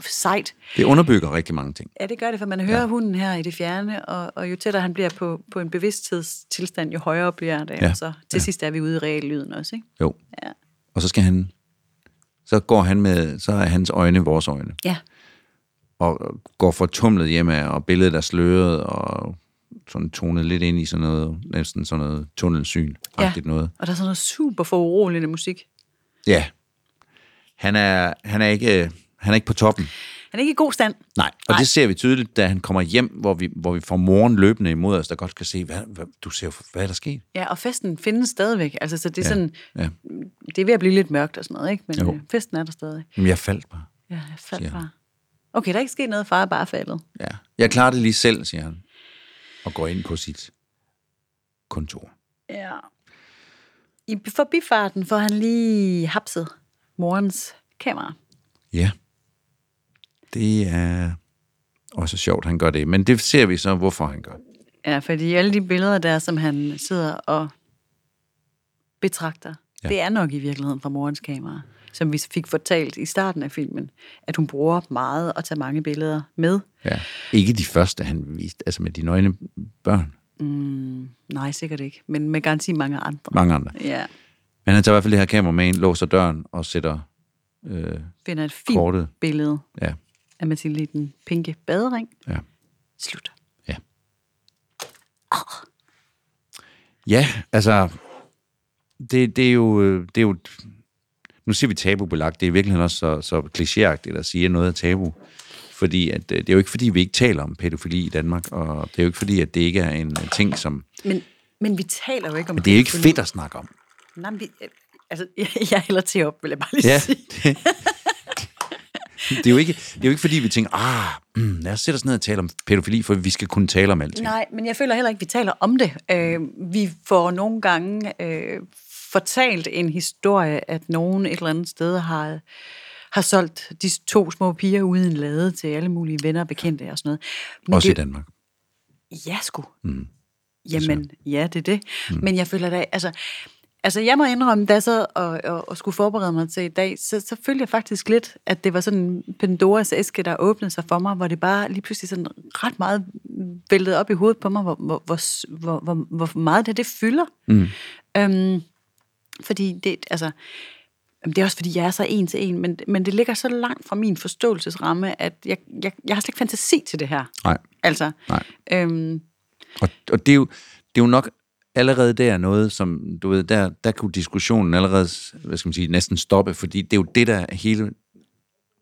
S2: sejt.
S1: Ja. Det underbygger rigtig mange ting.
S2: Ja, det gør det, for man hører ja. hunden her i det fjerne, og, og jo tættere han bliver på, på en bevidsthedstilstand, jo højere bliver det.
S1: Ja.
S2: Ja. Og så til sidst er vi ude i reallyden også, ikke?
S1: Jo.
S2: Ja.
S1: Og så skal han... Så går han med... Så er hans øjne vores øjne.
S2: Ja,
S1: Og går fortumlet hjem af, og billedet er sløret, og sådan tonet lidt ind i sådan noget, næsten sådan noget tunnelsyn.
S2: ja.
S1: Ja. noget.
S2: og der er sådan noget super foruroligende musik.
S1: Ja. Han er, han er ikke... Han er ikke på toppen.
S2: Han er ikke i god stand.
S1: Nej, og Nej. det ser vi tydeligt, da han kommer hjem, hvor vi, hvor vi får moren løbende imod os, der godt kan se, hvad, hvad, du ser, jo, hvad er der sket?
S2: Ja, og festen findes stadigvæk. Altså, så det er ja. sådan,
S1: Ja.
S2: det er ved at blive lidt mørkt og sådan noget, ikke? Men
S1: Jo.
S2: jo. festen er der stadig.
S1: Jamen, jeg faldt bare.
S2: Ja, jeg faldt
S1: Siger han.
S2: bare. Okay, der er ikke sket noget, far er bare faldet.
S1: Ja. Jeg klarer det lige selv, siger han. Og går ind på sit kontor.
S2: Ja. I forbifarten får han lige hapset morens kamera.
S1: Ja. Det er også sjovt, han gør det. Men det ser vi så, hvorfor han gør.
S2: Ja, fordi alle de billeder der, som han sidder og betragter, ja. det er nok i virkeligheden fra morens kamera, som vi fik fortalt i starten af filmen, at hun bruger meget og tager mange billeder med.
S1: Ja. Ikke de første, han viste, altså med de nøgne børn.
S2: Nej, sikkert ikke, men med garanti mange andre.
S1: Mange andre.
S2: Ja,
S1: Men han tager i hvert fald det her kamera med ind, låser døren og sætter... Øh,
S2: finder et fint
S1: Kortet.
S2: Kortet. billede
S1: ja,
S2: af Mathilde i den pinke badering.
S1: ja,
S2: Slut.
S1: ja. Ja, altså... Det, det, er jo, øh, det er jo... Nu siger vi tabubelagt. Det er virkelig også så, så klichéagtigt at sige, at noget er tabu. Fordi at, øh, det er jo ikke, fordi vi ikke taler om pædofili i Danmark, og det er jo ikke, fordi at det ikke er en øh, ting, som...
S2: Men, men vi taler jo ikke om
S1: Men det er jo ikke fedt at snakke om.
S2: Nej, men vi, altså, jeg hælder til op, vil jeg bare lige
S1: Ja.
S2: sige.
S1: Det, det, er jo ikke, det er jo ikke, fordi vi tænker, ah, mm, lad os sætte os ned og tale om pædofili, for vi skal kunne tale om alting.
S2: Nej, men jeg føler heller ikke, at vi taler om det. Øh, vi får nogle gange øh, fortalt en historie, at nogen et eller andet sted har, har solgt de to små piger uden lade til alle mulige venner og bekendte og sådan noget. Men
S1: Også i
S2: det,
S1: Danmark.
S2: Ja, sgu. Mm. Jamen, ja, det er det. Mm. Men jeg føler da, altså... Altså, jeg må indrømme, da jeg sad og, og, og skulle forberede mig til i dag, så, så følte jeg faktisk lidt, at det var sådan en Pandoras æske, der åbnede sig for mig, hvor det bare lige pludselig sådan ret meget væltede op i hovedet på mig, hvor, hvor, hvor, s- hvor, hvor, hvor meget det, det fylder. Mm. Øhm, fordi det, altså, jamen, det er også fordi, jeg er så en til en, men, men det ligger så langt fra min forståelsesramme, at jeg, jeg, jeg har slet ikke fantasi til det her.
S1: Nej.
S2: Altså,
S1: Nej.
S2: Øhm,
S1: Og, og det, er jo, det er jo nok allerede der noget, som du ved, der, der kunne diskussionen allerede, hvad skal man sige, næsten stoppe, fordi det er jo det, der er hele,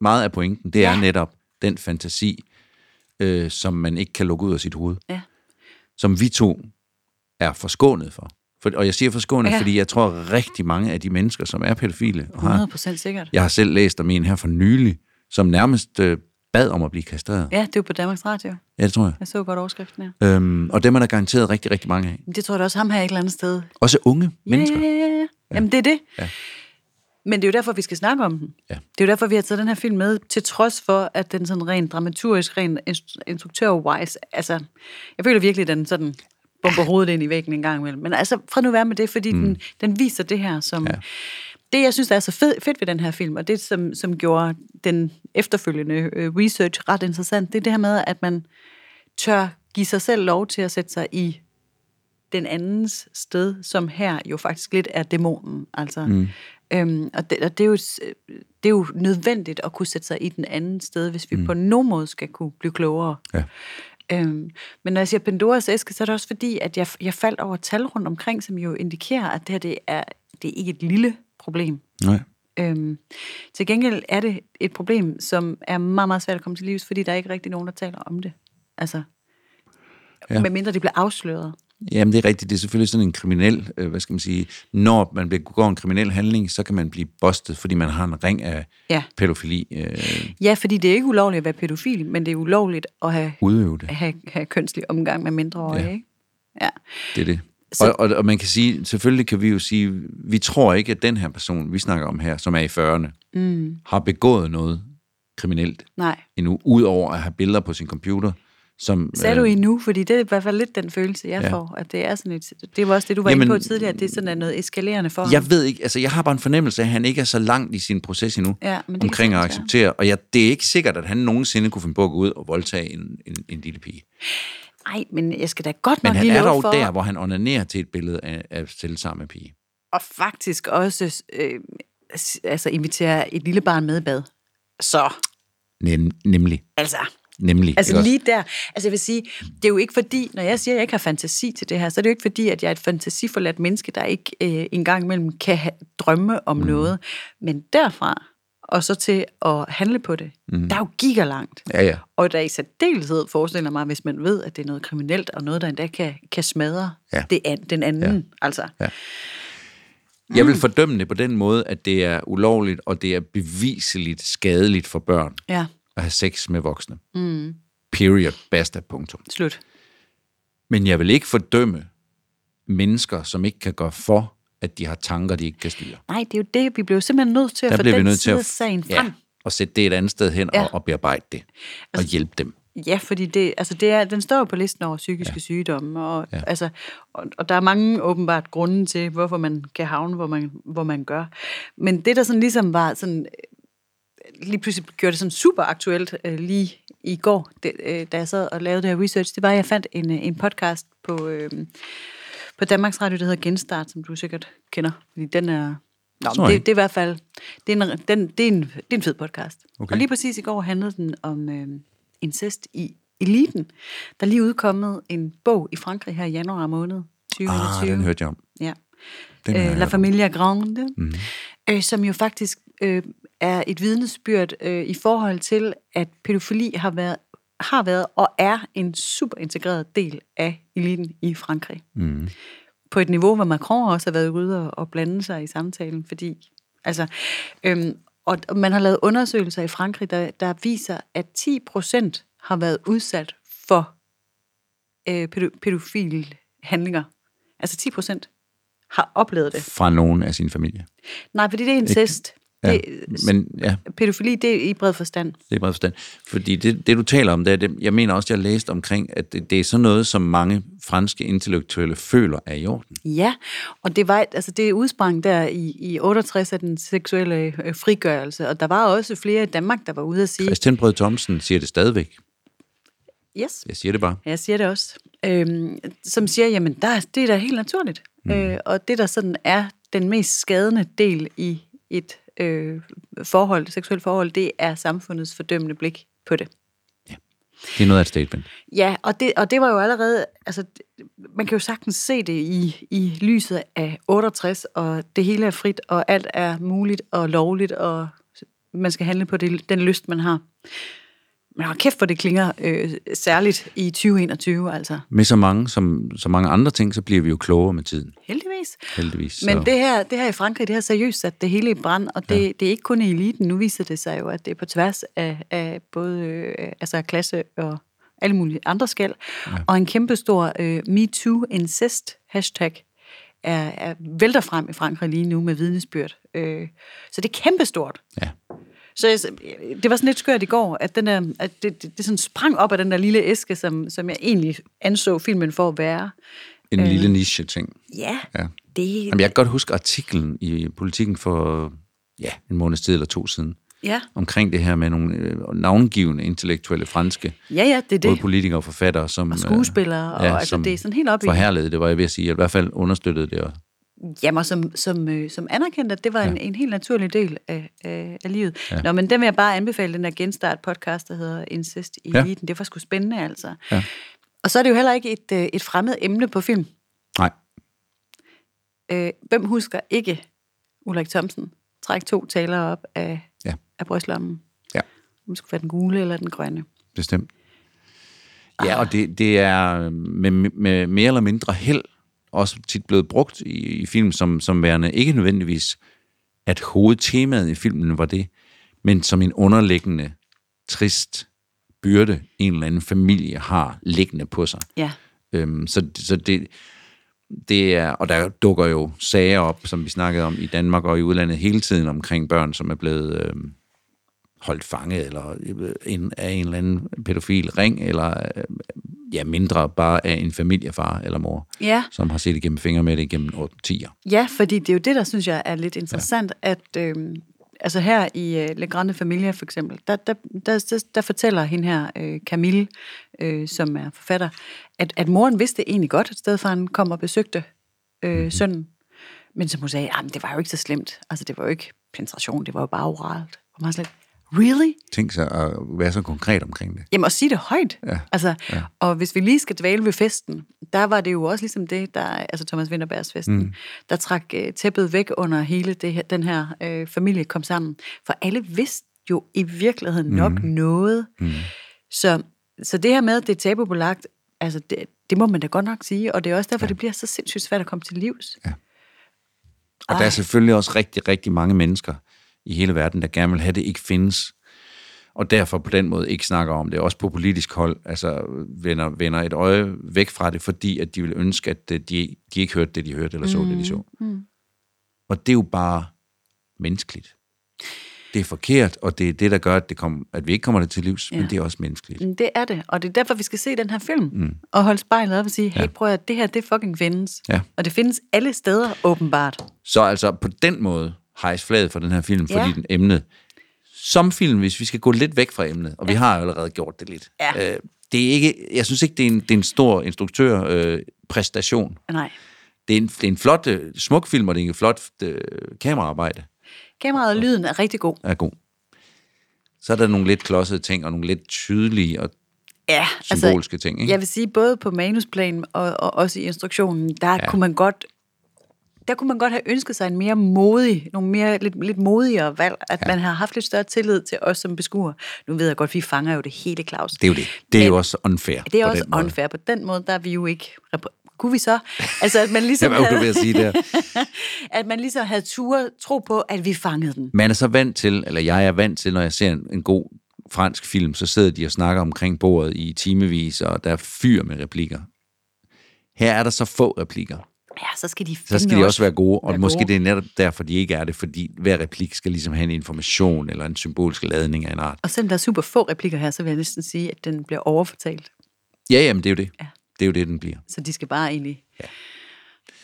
S1: meget af pointen, det ja. er
S2: Ja.
S1: netop den fantasi, øh, som man ikke kan lukke ud af sit hoved,
S2: Ja.
S1: som vi to er forskånet for. for og jeg siger forskånet, ja.
S2: Ja.
S1: fordi jeg tror rigtig mange af de mennesker, som er pædofile, og har,
S2: 100% sikkert.
S1: jeg har selv læst om en her for nylig, som nærmest øh, bad om at blive kastreret. Ja,
S2: Ja, det er jo på Danmarks Radio.
S1: ja det tror jeg.
S2: Jeg så godt overskriften her.
S1: Øhm, og dem er der garanteret rigtig, rigtig mange af.
S2: Men Det tror jeg da også, ham her et eller andet sted.
S1: Også unge mennesker.
S2: Ja, ja, ja, ja. Jamen, det er det.
S1: Ja.
S2: Men det er jo derfor, vi skal snakke om den.
S1: Ja.
S2: Det er jo derfor, vi har taget den her film med, til trods for, at den sådan rent dramaturgisk, rent inst- instruktør-wise, altså, jeg føler virkelig, at den sådan bomber hovedet ind i væggen en gang imellem. Men altså, fred nu være med det, fordi mm. den, den viser det her som... Ja. Det, jeg synes, der er så fed, fedt ved den her film, og det, som, som gjorde den efterfølgende øh, research ret interessant, det er det her med, at man tør give sig selv lov til at sætte sig i den andens sted, som her jo faktisk lidt er dæmonen. Altså, mm. øhm, og det, og det, er jo, s- øh, det er jo nødvendigt at kunne sætte sig i den anden sted, hvis vi mm. på nogen måde skal kunne blive klogere.
S1: Ja.
S2: Øhm, men når jeg siger Pandoras æske, så er det også fordi, at jeg, jeg faldt over tal rundt omkring, som jo indikerer, at det her det er, det er ikke et lille problem.
S1: Nej.
S2: Øhm, til gengæld er det et problem, som er meget, meget svært at komme til livs, fordi der er ikke rigtig nogen, der taler om det. Altså,
S1: Ja.
S2: ja. medmindre det bliver afsløret.
S1: Jamen, det er rigtigt. Det er selvfølgelig sådan en kriminel, øh, hvad skal man sige, når man begår en kriminel handling, så kan man blive bustet, fordi man har en ring af
S2: Ja.
S1: pædofili øh,
S2: Ja, fordi det er ikke ulovligt at være pædofil, men det er ulovligt at have,
S1: udøvet. Det.
S2: have, have kønslig omgang med mindreårige,
S1: Ja.
S2: ja. ikke? Ja.
S1: det er det.
S2: Så-
S1: Og, og, og man kan sige, selvfølgelig kan vi jo sige, vi tror ikke, at den her person, vi snakker om her, som er i 40'erne, mm. har begået noget kriminelt
S2: Nej.
S1: endnu, udover at have billeder på sin computer, som... øh,
S2: Sagde du endnu? Fordi det er i hvert fald lidt den følelse, jeg
S1: Ja.
S2: ja. får, at det er sådan et... Det var også det, du var Jamen, inde
S1: Jamen-
S2: på tidligere, at det er sådan at noget eskalerende for ham.
S1: Jeg ved ikke, altså jeg har bare en fornemmelse af, at han ikke er så langt i sin proces endnu,
S2: Ja, men det kan
S1: omkring at
S2: sagtens være.
S1: acceptere. Og jeg, det er ikke sikkert, at han nogensinde kunne finde på at gå ud og voldtage en, en, en lille pige.
S2: Nej, men jeg skal da godt
S1: Men
S2: nok
S1: han
S2: lige
S1: er
S2: love
S1: dog
S2: for...
S1: der, hvor han onanerer til et billede af, af selv samme pige.
S2: Og faktisk også øh, s- altså invitere et lille barn med i bad. Så,
S1: Nem, nemlig.
S2: altså...
S1: Nemlig. ikke
S2: Altså
S1: også?
S2: lige der. Altså jeg vil sige, det er jo ikke fordi, når jeg siger, at jeg ikke har fantasi til det her, så er det jo ikke fordi, at jeg er et fantasiforladt menneske, der ikke øh, engang imellem kan ha- drømme om mm. noget. Men derfra, og så til at handle på det, mm. der er jo gigalangt.
S1: Ja, ja.
S2: Og der i særdeleshed forestiller mig, hvis man ved, at det er noget kriminelt, og noget, der endda kan, kan smadre
S1: Ja.
S2: det an, den anden. Ja. Altså,
S1: Jeg
S2: Mm.
S1: vil fordømme det på den måde, at det er ulovligt, og det er beviseligt skadeligt for børn
S2: ja,
S1: at have sex med voksne. Mm. Period. Basta. Punktum.
S2: slut.
S1: Men jeg vil ikke fordømme mennesker, som ikke kan gøre for, at de har tanker, de ikke kan styre.
S2: Nej, det er jo det. Vi bliver jo simpelthen nødt til at
S1: der
S2: få
S1: bliver vi
S2: den
S1: nødt til
S2: side af
S1: at,
S2: sagen frem.
S1: ja, og sætte det et andet sted hen ja.
S2: Ja.
S1: og, og bearbejde det. Og hjælpe dem.
S2: Ja, fordi det, altså det er, den står jo på listen over psykiske ja. sygdomme, og, ja. altså, og, og der er mange åbenbart grunde til, hvorfor man kan havne, hvor man, hvor man gør. Men det, der sådan ligesom var sådan, øh, lige pludselig gjorde det sådan super aktuelt øh, lige i går, det, øh, da jeg sad og lavede det her research, det var, at jeg fandt en, øh, en podcast på, øh, på Danmarks Radio, der hedder Genstart, som du sikkert kender, fordi den er... Nå,
S1: tror
S2: men
S1: jeg
S2: det,
S1: ikke.
S2: det er i hvert fald, det er en, den, det er en, det er en fed podcast.
S1: Okay.
S2: Og lige præcis i går handlede den om øh, incest i eliten. Der er lige udkommet en bog i Frankrig her i januar måned 2021.
S1: Ah, den hørte jeg om.
S2: Ja.
S1: Den har jeg
S2: Øh, La
S1: hørt om. Mhm.
S2: Familia Grande, mm. øh, som jo faktisk øh, er et vidnesbyrd øh, i forhold til, at pædofili har været, har været og er en super integreret del af eliten i Frankrig.
S1: Mhm.
S2: Mm. På et niveau, hvor Macron også har været ude og, og blande sig i samtalen, fordi altså, øhm, og og man har lavet undersøgelser i Frankrig, der, der viser, at 10 procent har været udsat for øh, pædo- pædofile handlinger. Altså 10 procent har oplevet det.
S1: Fra nogen af sin familie.
S2: Nej, fordi det er incest.
S1: Ja.
S2: Det,
S1: Men ja,
S2: Pædofili, det er i bred forstand.
S1: det er meget forstand. Fordi det, det, du taler om, det er det, jeg mener også, jeg har læst omkring, at det, det er sådan noget, som mange franske intellektuelle føler er i orden.
S2: Ja, og det, var, altså det udsprang der i, i 68 af den seksuelle øh, frigørelse, og der var også flere i Danmark, der var ude at sige,
S1: Christian Brød Thomsen siger det stadigvæk.
S2: yes,
S1: Jeg siger det bare.
S2: jeg siger det også, øhm, som siger, jamen der, er- det er da helt naturligt. Mm. Øh, og det der sådan er den mest skadende del i et øh, forhold, seksuelt forhold, det er samfundets fordømmende blik på det.
S1: Det er noget af et statement.
S2: Ja, og det, og det var jo allerede, altså, man kan jo sagtens se det i, i lyset af 68, og det hele er frit, og alt er muligt og lovligt, og man skal handle på det, den lyst, man har. Men hold kæft, hvor det klinger øh, særligt i 2021, altså.
S1: Med så mange, som, så mange andre ting, så bliver vi jo klogere med tiden,
S2: Heldigvis.
S1: heldigvis. Så.
S2: Men det her, det her i Frankrig, det har seriøst sat det hele i brand, og det, ja. det er ikke kun i eliten. Nu viser det sig jo, at det er på tværs af, af både øh, altså klasse og alle mulige andre skæld. Ja. Og en kæmpe stor øh, MeToo-incest-hashtag er, er vælter frem i Frankrig lige nu med vidnesbyrd. Øh, så det er kæmpestort.
S1: Ja.
S2: Så jeg, det var sådan lidt skørt i går, at, den der, at det, det, det sådan sprang op af den der lille æske, som, som jeg egentlig anså filmen for at være.
S1: En øh. lille niche-ting.
S2: Ja,
S1: Ja.
S2: det...
S1: Jamen, jeg kan godt huske artiklen i Politiken for ja, en måneds tid eller to siden,
S2: Ja,
S1: omkring det her med nogle øh, navngivende intellektuelle franske,
S2: ja, ja det er
S1: både
S2: det.
S1: politikere og forfattere, som... øh, Og
S2: skuespillere, og altså, det er sådan helt op i-
S1: Forherlede det, var jeg ved at sige, eller i hvert fald understøttede det. Og,
S2: Jamen, og som, som, øh, som anerkendte, at det var ja. en, en helt naturlig del af, af, af livet. Ja. Nå, men den vil jeg bare anbefale, den der genstart-podcast, der hedder Incest i
S1: Ja.
S2: ja. Eliten. Det var sgu spændende, altså. Ja. Og så er det jo heller ikke et, øh, et fremmed emne på film.
S1: nej,
S2: Øh, hvem husker ikke Ulrik Thomsen? Træk to talere op af,
S1: Ja.
S2: ja. af brystlommen.
S1: ja,
S2: Om det skulle være den gule eller den grønne.
S1: bestemt. Ja, og det, det er øhm, med, med mere eller mindre held også tit blevet brugt i, i film som, som værende ikke nødvendigvis, at hovedtemaet i filmen var det, men som en underliggende, trist byrde, en eller anden familie har liggende på sig.
S2: Ja.
S1: Øhm, så, så det, det er, og der dukker jo sager op, som vi snakkede om i Danmark og i udlandet hele tiden omkring børn, som er blevet øhm, holdt fanget eller øh, en, af en eller anden pædofil ring, eller øh, ja, mindre bare af en familiefar eller mor,
S2: Ja.
S1: som har set igennem fingre med det igennem årtier.
S2: Ja, fordi det er jo det, der synes jeg er lidt interessant, ja. at øh, altså her i øh, Le Grande Familia for eksempel, der, der, der, der, der fortæller hende her, øh, Camille, øh, som er forfatter, at, at moren vidste egentlig godt, at stedfaren kom og besøgte øh, mm-hmm. sønnen. Men som hun sagde, "Ah, men det var jo ikke så slemt. Altså, det var jo ikke penetration, det var jo bare oralt. Og man er sådan lidt, really?
S1: Tænk sig at være så konkret omkring det.
S2: Jamen, og sige det højt. Ja. Altså, ja. Og hvis vi lige skal dvæle ved festen, der var det jo også ligesom det, der, altså Thomas Winterbergs festen, mm. der trak øh, tæppet væk under hele det her, den her øh, familie kom sammen. For alle vidste jo i virkeligheden mm. nok noget. Mm. Så, så det her med, at det er tabubelagt, altså det, det må man da godt nok sige, og det er også derfor, ja. det bliver så sindssygt svært at komme til livs. Ja.
S1: Og der er selvfølgelig også rigtig, rigtig mange mennesker i hele verden, der gerne vil have det ikke findes. Og derfor på den måde ikke snakker om det. Også på politisk hold altså vender, vender et øje væk fra det, fordi at de vil ønske, at øh, de, de ikke hørte det, de hørte, eller så mm. det, de så. Mm. Og det er jo bare menneskeligt. Det er forkert, og det er det, der gør, at, det kom, at vi ikke kommer det til livs, ja. men det er også menneskeligt.
S2: Det er det, og det er derfor, vi skal se den her film, mm. og holde spejlet op og sige, hey, prøv at det her, det fucking findes.
S1: Ja.
S2: Og det findes alle steder, åbenbart.
S1: Så altså på den måde hejs flaget for den her film, fordi
S2: Ja.
S1: den emnet, som film, hvis vi skal gå lidt væk fra emnet, og ja. vi har jo allerede gjort det lidt.
S2: Ja.
S1: Øh, det er ikke, jeg synes ikke, det er en, det er en stor instruktørpræstation. Øh, præstation.
S2: Nej.
S1: det, er en, det er en flot, øh, smuk film, og det er en flot øh, kameraarbejde.
S2: Kameraet og lyden er rigtig god.
S1: er god. Så er der nogle lidt klodsede ting, og nogle lidt tydelige og
S2: Ja,
S1: symbolske ting. Ikke?
S2: Altså, jeg vil sige, både på manusplan og, og også i instruktionen, der ja. kunne man godt der kunne man godt have ønsket sig en mere modig, nogle mere, lidt, lidt modigere valg, at ja. man har haft lidt større tillid til os som beskuer. Nu ved jeg godt, vi fanger jo det hele, Claus.
S1: Det er jo det. Det er jo også unfair.
S2: Det er
S1: på
S2: også
S1: den måde.
S2: unfair. På den måde, der er vi jo ikke... repr- Kunne vi så? Altså, at man
S1: Det
S2: ligesom,
S1: var jo, du ved at sige der.
S2: at man ligesom havde tur, tro på, at vi fangede den.
S1: man er så vant til, eller jeg er vant til, når jeg ser en, en god fransk film, så sidder de og snakker omkring bordet i timevis, og der er fyr med replikker. Her er der så få replikker.
S2: Ja, så skal de
S1: Så
S2: fandme
S1: skal de også være gode, og
S2: være
S1: måske
S2: gode.
S1: det er netop derfor, de ikke er det, fordi hver replik skal ligesom have en information eller en symbolsk ladning af en art.
S2: Og selvom der er super få replikker her, så vil jeg næsten sige, at den bliver overfortalt.
S1: Ja, jamen det er jo det. Det er jo det, den bliver.
S2: Så de skal bare egentlig ja.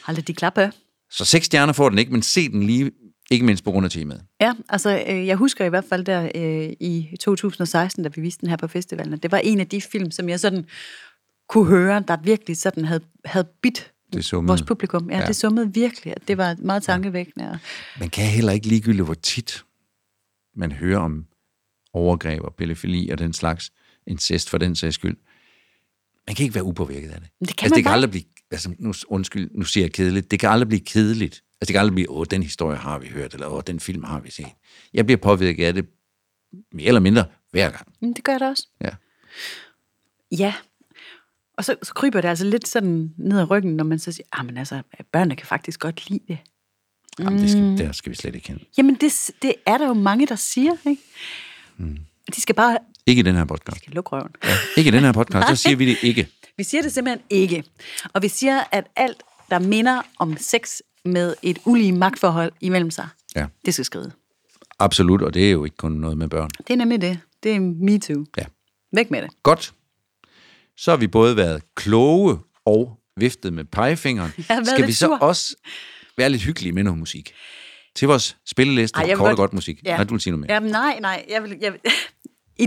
S2: holde de klappe. af.
S1: Så seks stjerner får den ikke, men se den lige, ikke mindst på grund af temaet.
S2: Ja, altså øh, jeg husker i hvert fald der øh, i 2016, da vi viste den her på festivalen, at det var en af de film, som jeg sådan kunne høre, der virkelig sådan havde, havde bidt
S1: Det summede.
S2: vores publikum. Ja, ja, det summede virkelig, at det var meget tankevækkende. Og,
S1: Man kan heller ikke ligegyldigt, hvor tit man hører om overgreb og pædofili og den slags incest for den sags skyld. Man kan ikke være upåvirket af det.
S2: Men det kan
S1: altså,
S2: man
S1: det kan
S2: bare.
S1: aldrig blive, altså, nu, undskyld, nu siger jeg kedeligt, det kan aldrig blive kedeligt. Altså, det kan aldrig blive, åh, den historie har vi hørt, eller åh, den film har vi set. Jeg bliver påvirket af det mere eller mindre hver gang.
S2: Men mm, det gør det også.
S1: Ja.
S2: Ja. Og så, så kryber det altså lidt sådan ned ad ryggen, når man så siger, ah, men altså, børnene kan faktisk godt lide det.
S1: Jamen, det skal,
S2: Mm.
S1: der skal vi slet ikke hen.
S2: Jamen, det, s- det er der jo mange, der siger, ikke? Mm. De skal bare
S1: Ikke i den her podcast.
S2: lukke røven.
S1: Ikke i den her podcast, så siger vi det ikke.
S2: Vi siger det simpelthen ikke. Og vi siger, at alt, der minder om sex med et ulige magtforhold imellem sig,
S1: Ja,
S2: det skal skride.
S1: absolut, og det er jo ikke kun noget med børn.
S2: Det er nemlig det. Det er me too.
S1: Ja.
S2: Væk med det.
S1: Godt. Så har vi både været kloge og viftet med pegefingeren.
S2: har været
S1: Skal
S2: lidt
S1: vi så
S2: sur.
S1: også være lidt hyggelige med noget musik? Til vores spilleliste, Ej,
S2: jeg vil
S1: kort og
S2: godt-
S1: godt musik. Ja. Nej, du vil sige noget mere. Ja.
S2: Jamen, nej, nej. Jeg vil, jeg vil,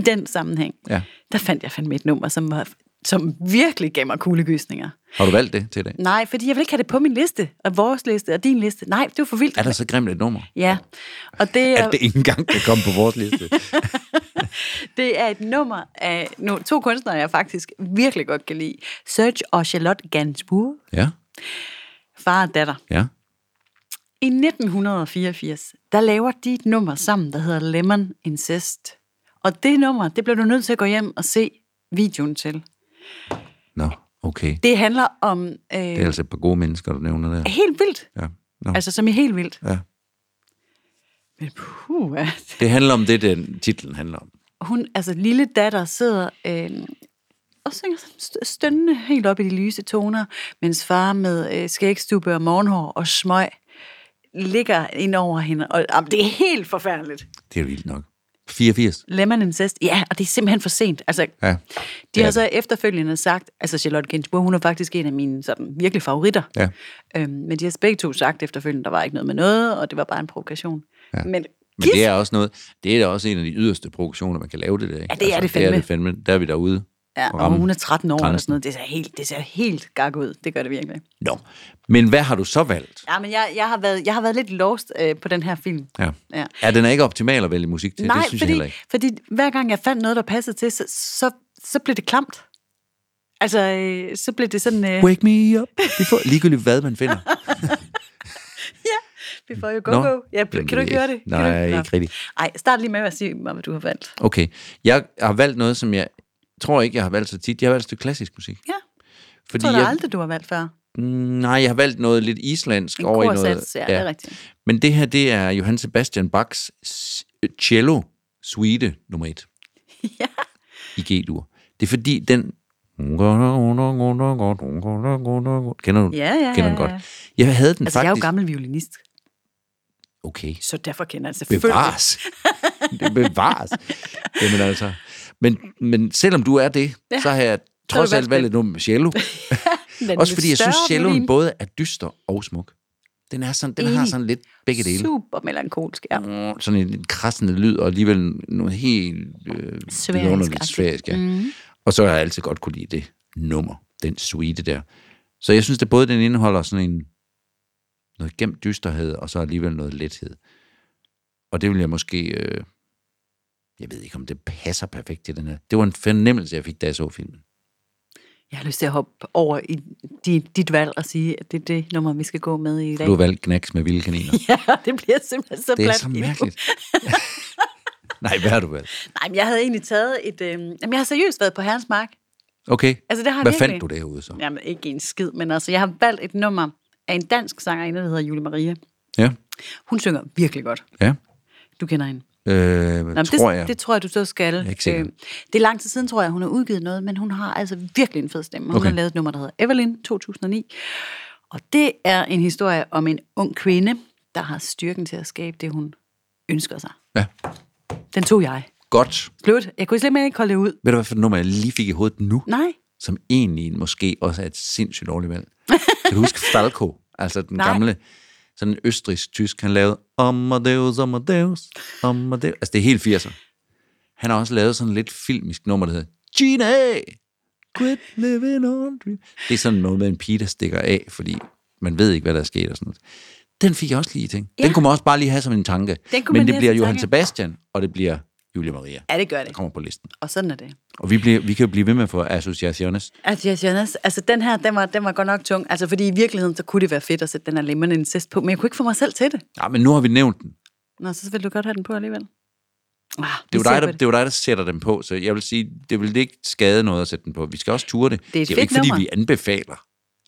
S2: I den sammenhæng,
S1: Ja.
S2: der fandt jeg fandme et nummer, som, var, som virkelig gav mig kuldegysninger.
S1: Har du valgt det til i dag?
S2: Nej, fordi jeg vil ikke have det på min liste, og vores liste, og din liste. Nej, det var for vildt.
S1: Er der så grimt et nummer?
S2: Ja, og det er,
S1: At det ikke engang kan komme på vores liste.
S2: det er et nummer af no, to kunstnere, jeg faktisk virkelig godt kan lide. Serge og Charlotte Gainsbourg,
S1: Ja,
S2: far og datter.
S1: ja.
S2: I 1984, der laver de et nummer sammen, der hedder Lemon Incest. Og det nummer, det bliver du nødt til at gå hjem og se videoen til.
S1: Nå, okay.
S2: Det handler om øh,
S1: Det er altså et par gode mennesker, du nævner der.
S2: helt vildt.
S1: Ja. Nå.
S2: Altså, som i helt vildt.
S1: Ja.
S2: Men puh, at
S1: Det handler om det, den titlen handler om.
S2: hun, altså lille datter, sidder øh, og synger sådan st- stønnende helt op i de lyse toner, mens far med øh, skægstube og morgenhår og smøg ligger ind over hende. Og, jamen, det er helt forfærdeligt.
S1: Det er vildt nok. 84.
S2: Lemon Incest, ja, og det er simpelthen for sent. Altså,
S1: Ja.
S2: De
S1: Ja.
S2: har så efterfølgende sagt, altså Charlotte Gainsbourg, hun er faktisk en af mine sådan, virkelig favoritter.
S1: Ja.
S2: Øhm, men de har begge to sagt efterfølgende, der var ikke noget med noget, og det var bare en provokation. Ja. Men,
S1: Men det er også noget, det er da også en af de yderste provokationer, man kan lave det der. Ikke? Altså,
S2: Ja, det er det
S1: Det er
S2: fandme.
S1: det fandme. Der er vi derude.
S2: ja,
S1: og
S2: og
S1: ramme
S2: hun er 13 år eller
S1: grænsen.
S2: sådan noget, det ser helt, det ser helt gak ud. Det gør det virkelig.
S1: Nå. Men hvad har du så valgt?
S2: Ja, men jeg, jeg, har, været, jeg har været lidt lost øh, på den her film.
S1: Ja.
S2: Ja.
S1: ja. den er ikke optimal at vælge musik til.
S2: Nej,
S1: det synes jeg
S2: fordi,
S1: heller ikke.
S2: fordi hver gang jeg fandt noget, der passede til, så, så, så blev det klamt. Altså, øh, så blev det sådan, øh,
S1: Wake me up. Vi får ligegyldigt, hvad man finder.
S2: vi får jo
S1: Nå.
S2: go-go. Ah, Ja, kan
S1: Jamen,
S2: du ikke
S1: er-
S2: høre det?
S1: Nej,
S2: kan du, Nå.
S1: ikke rigtigt.
S2: Ej, start lige med at sige mig, hvad du har valgt.
S1: Okay. Jeg har valgt noget, som jeg tror ikke, jeg har valgt så tit. Jeg har valgt et stykke klassisk musik.
S2: Ja.
S1: Fordi
S2: tror jeg...
S1: jeg,
S2: aldrig, du har valgt før.
S1: Mm, nej, jeg har valgt noget lidt islandsk
S2: En
S1: over i noget.
S2: korsats, ja, det er rigtigt.
S1: Men det her, det er Johann Sebastian Bachs s- cello suite nummer 1
S2: Ja.
S1: i G-dur. Det er fordi, den... Kender du,
S2: Ja, ja,
S1: kender
S2: ja,
S1: den godt?
S2: ja.
S1: Jeg havde den
S2: Altså, jeg er jo
S1: faktisk...
S2: gammel violinist,
S1: Okay.
S2: så derfor kender jeg selvfølgelig.
S1: Bevares. det bevares. Jamen altså. Men, men selvom du er det, ja. så har jeg trods
S2: valgt
S1: alt valgt et nummer med cello.
S2: Men
S1: Også
S2: lidt
S1: fordi jeg synes,
S2: større
S1: celloen
S2: violin,
S1: både er dyster og smuk. Den, er sådan, den har
S2: Enig.
S1: sådan lidt begge dele.
S2: Super melankolsk, ja.
S1: Mm, sådan en lidt krassende lyd, og alligevel noget helt øh,
S2: Sværisk-agtigt. Mhm.
S1: vidunderligt sværisk. Ja. Mm. Og så har jeg altid godt kunne lide det nummer, den suite der. Så jeg synes, at både den indeholder sådan en noget gemt dysterhed, og så alligevel noget lethed. Og det vil jeg måske... Øh, jeg ved ikke, om det passer perfekt til den her. Det var en fornemmelse, jeg fik, da jeg så filmen.
S2: Jeg har lyst til at hoppe over i dit, dit valg og sige, at det er det nummer, vi skal gå med i dag.
S1: Du har valgt knæks med vilde kaniner.
S2: Ja, det bliver simpelthen så
S1: det er
S2: plat
S1: så
S2: endnu.
S1: mærkeligt. Nej, hvad har du valgt?
S2: Nej, men jeg havde egentlig taget et... Øh... Jamen, jeg har seriøst været på Herrens Mark.
S1: Okay.
S2: Altså, det har jeg
S1: Hvad
S2: virkelig.
S1: fandt du derude så?
S2: Jamen, ikke en skid, men altså, jeg har valgt et nummer af en dansk sangerinde, der hedder Julie Maria.
S1: Ja.
S2: Hun synger virkelig godt.
S1: Ja.
S2: Du kender hende.
S1: Øh,
S2: Nå, men
S1: tror
S2: det,
S1: jeg.
S2: det tror jeg, du så skal. Øh,
S1: er ikke sikker.
S2: det er lang tid siden, tror jeg, hun har udgivet noget, men hun har altså virkelig en fed stemme. Hun
S1: Okay.
S2: okay. har lavet et nummer, der hedder Evelyn 2009. Og det er en historie om en ung kvinde, der har styrken til at skabe det, hun ønsker sig.
S1: Ja.
S2: Den tog jeg.
S1: Godt.
S2: Slut. Jeg kunne simpelthen ikke holde det ud.
S1: Ved du, hvad for et nummer jeg lige fik i hovedet nu,
S2: Nej.
S1: som egentlig måske også er et sindssygt dårligt valg? Kan du huske Falco? Altså den Nej.
S2: Nej.
S1: gamle, sådan en østrisk-tysk, han lavede Amadeus, Amadeus, Amadeus. Altså det er helt 80'er. Han har også lavet sådan lidt filmisk nummer, der hedder Gina! Quit living on dream. Det er sådan noget med en pige, der stikker af, fordi man ved ikke, hvad der er sket og sådan noget. Den fik jeg også lige i ting. Den
S2: Ja.
S1: kunne man også bare lige have som en tanke.
S2: Den kunne
S1: Men det
S2: man lige have
S1: bliver
S2: som
S1: Johan
S2: tanke.
S1: Sebastian, og det bliver Julia Maria.
S2: Ja, det gør
S1: Der
S2: det.
S1: kommer på listen.
S2: Og sådan er det.
S1: Og vi, bliver, vi kan jo blive ved med at få associaciones.
S2: Associaciones. Altså, den her, den var, den var godt nok tung. Altså, fordi i virkeligheden, så kunne det være fedt at sætte den her lemon incest på, men jeg kunne ikke få mig selv til det.
S1: Ja, men nu har vi nævnt den.
S2: Nå, så vil du godt have den på alligevel. Ah,
S1: Det er,
S2: vi ser
S1: jo dig,
S2: på
S1: der, det er jo dig, der sætter dem på, så jeg vil sige, det vil ikke skade noget at sætte den på. Vi skal også ture det.
S2: Det er et
S1: det er jo
S2: fedt
S1: ikke, fordi
S2: nummer.
S1: vi anbefaler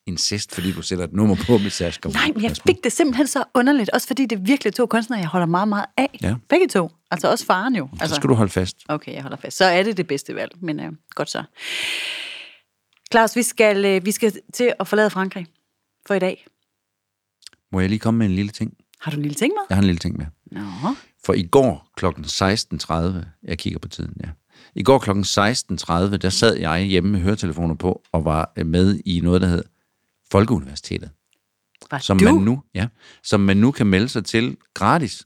S1: incest, fordi du sætter et nummer på med Sash.
S2: Nej, men jeg fik det simpelthen så underligt. Også fordi det er virkelig to kunstnere, jeg holder meget, meget af.
S1: Ja.
S2: Begge to. Altså også faren jo.
S1: Så
S2: Altså,
S1: skal du holde fast.
S2: Okay, jeg holder fast. Så er det det bedste valg, men øh, godt så. Claus, vi skal, øh, vi skal til at forlade Frankrig for i dag.
S1: Må jeg lige komme med en lille ting?
S2: Har du en lille ting med?
S1: Jeg har en lille ting med.
S2: Nå.
S1: For i går kl. 16.30, jeg kigger på tiden, ja. I går kl. 16.30, der sad jeg hjemme med høretelefoner på og var øh, med i noget, der hed Folkeuniversitetet.
S2: Var
S1: Som
S2: du?
S1: man, nu, ja, som man nu kan melde sig til gratis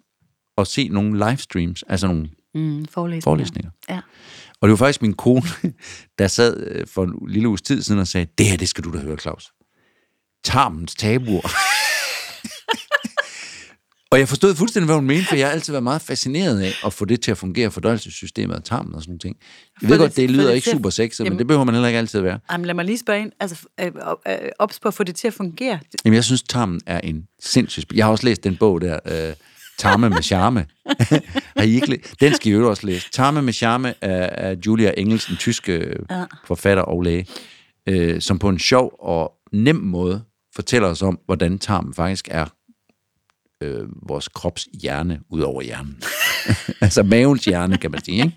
S1: og se nogle livestreams, altså nogle
S2: Mm, forelæsninger.
S1: forelæsninger.
S2: Ja.
S1: Og det var faktisk min kone, der sad øh, for en lille uges tid siden og sagde, det her, det skal du da høre, Claus. Tarmens tabuer. og jeg forstod fuldstændig, hvad hun mente, for jeg har altid været meget fascineret af at få det til at fungere, fordøjelsessystemet og tarmen og sådan noget. ting. Jeg ved
S2: Få
S1: godt,
S2: det-
S1: det
S2: få
S1: lyder
S2: det
S1: ikke
S2: til-
S1: super sexet, men
S2: Jamen-
S1: det behøver man heller ikke altid være.
S2: Jamen, lad mig lige spørge ind. Altså, øh, øh, ops på at få det til at fungere.
S1: Jamen, jeg synes, tarmen er en sindssyg... sp- Jeg har også læst den bog der, øh, Tarme med charme. har I ikke læ- Den skal I jo også læse. Tarme med charme af, af Julia Engels, den tyske ja. forfatter og læge, øh, som på en sjov og nem måde fortæller os om, hvordan tarmen faktisk er øh, vores krops hjerne ud over hjernen. altså mavens hjerne, kan man sige. Ikke?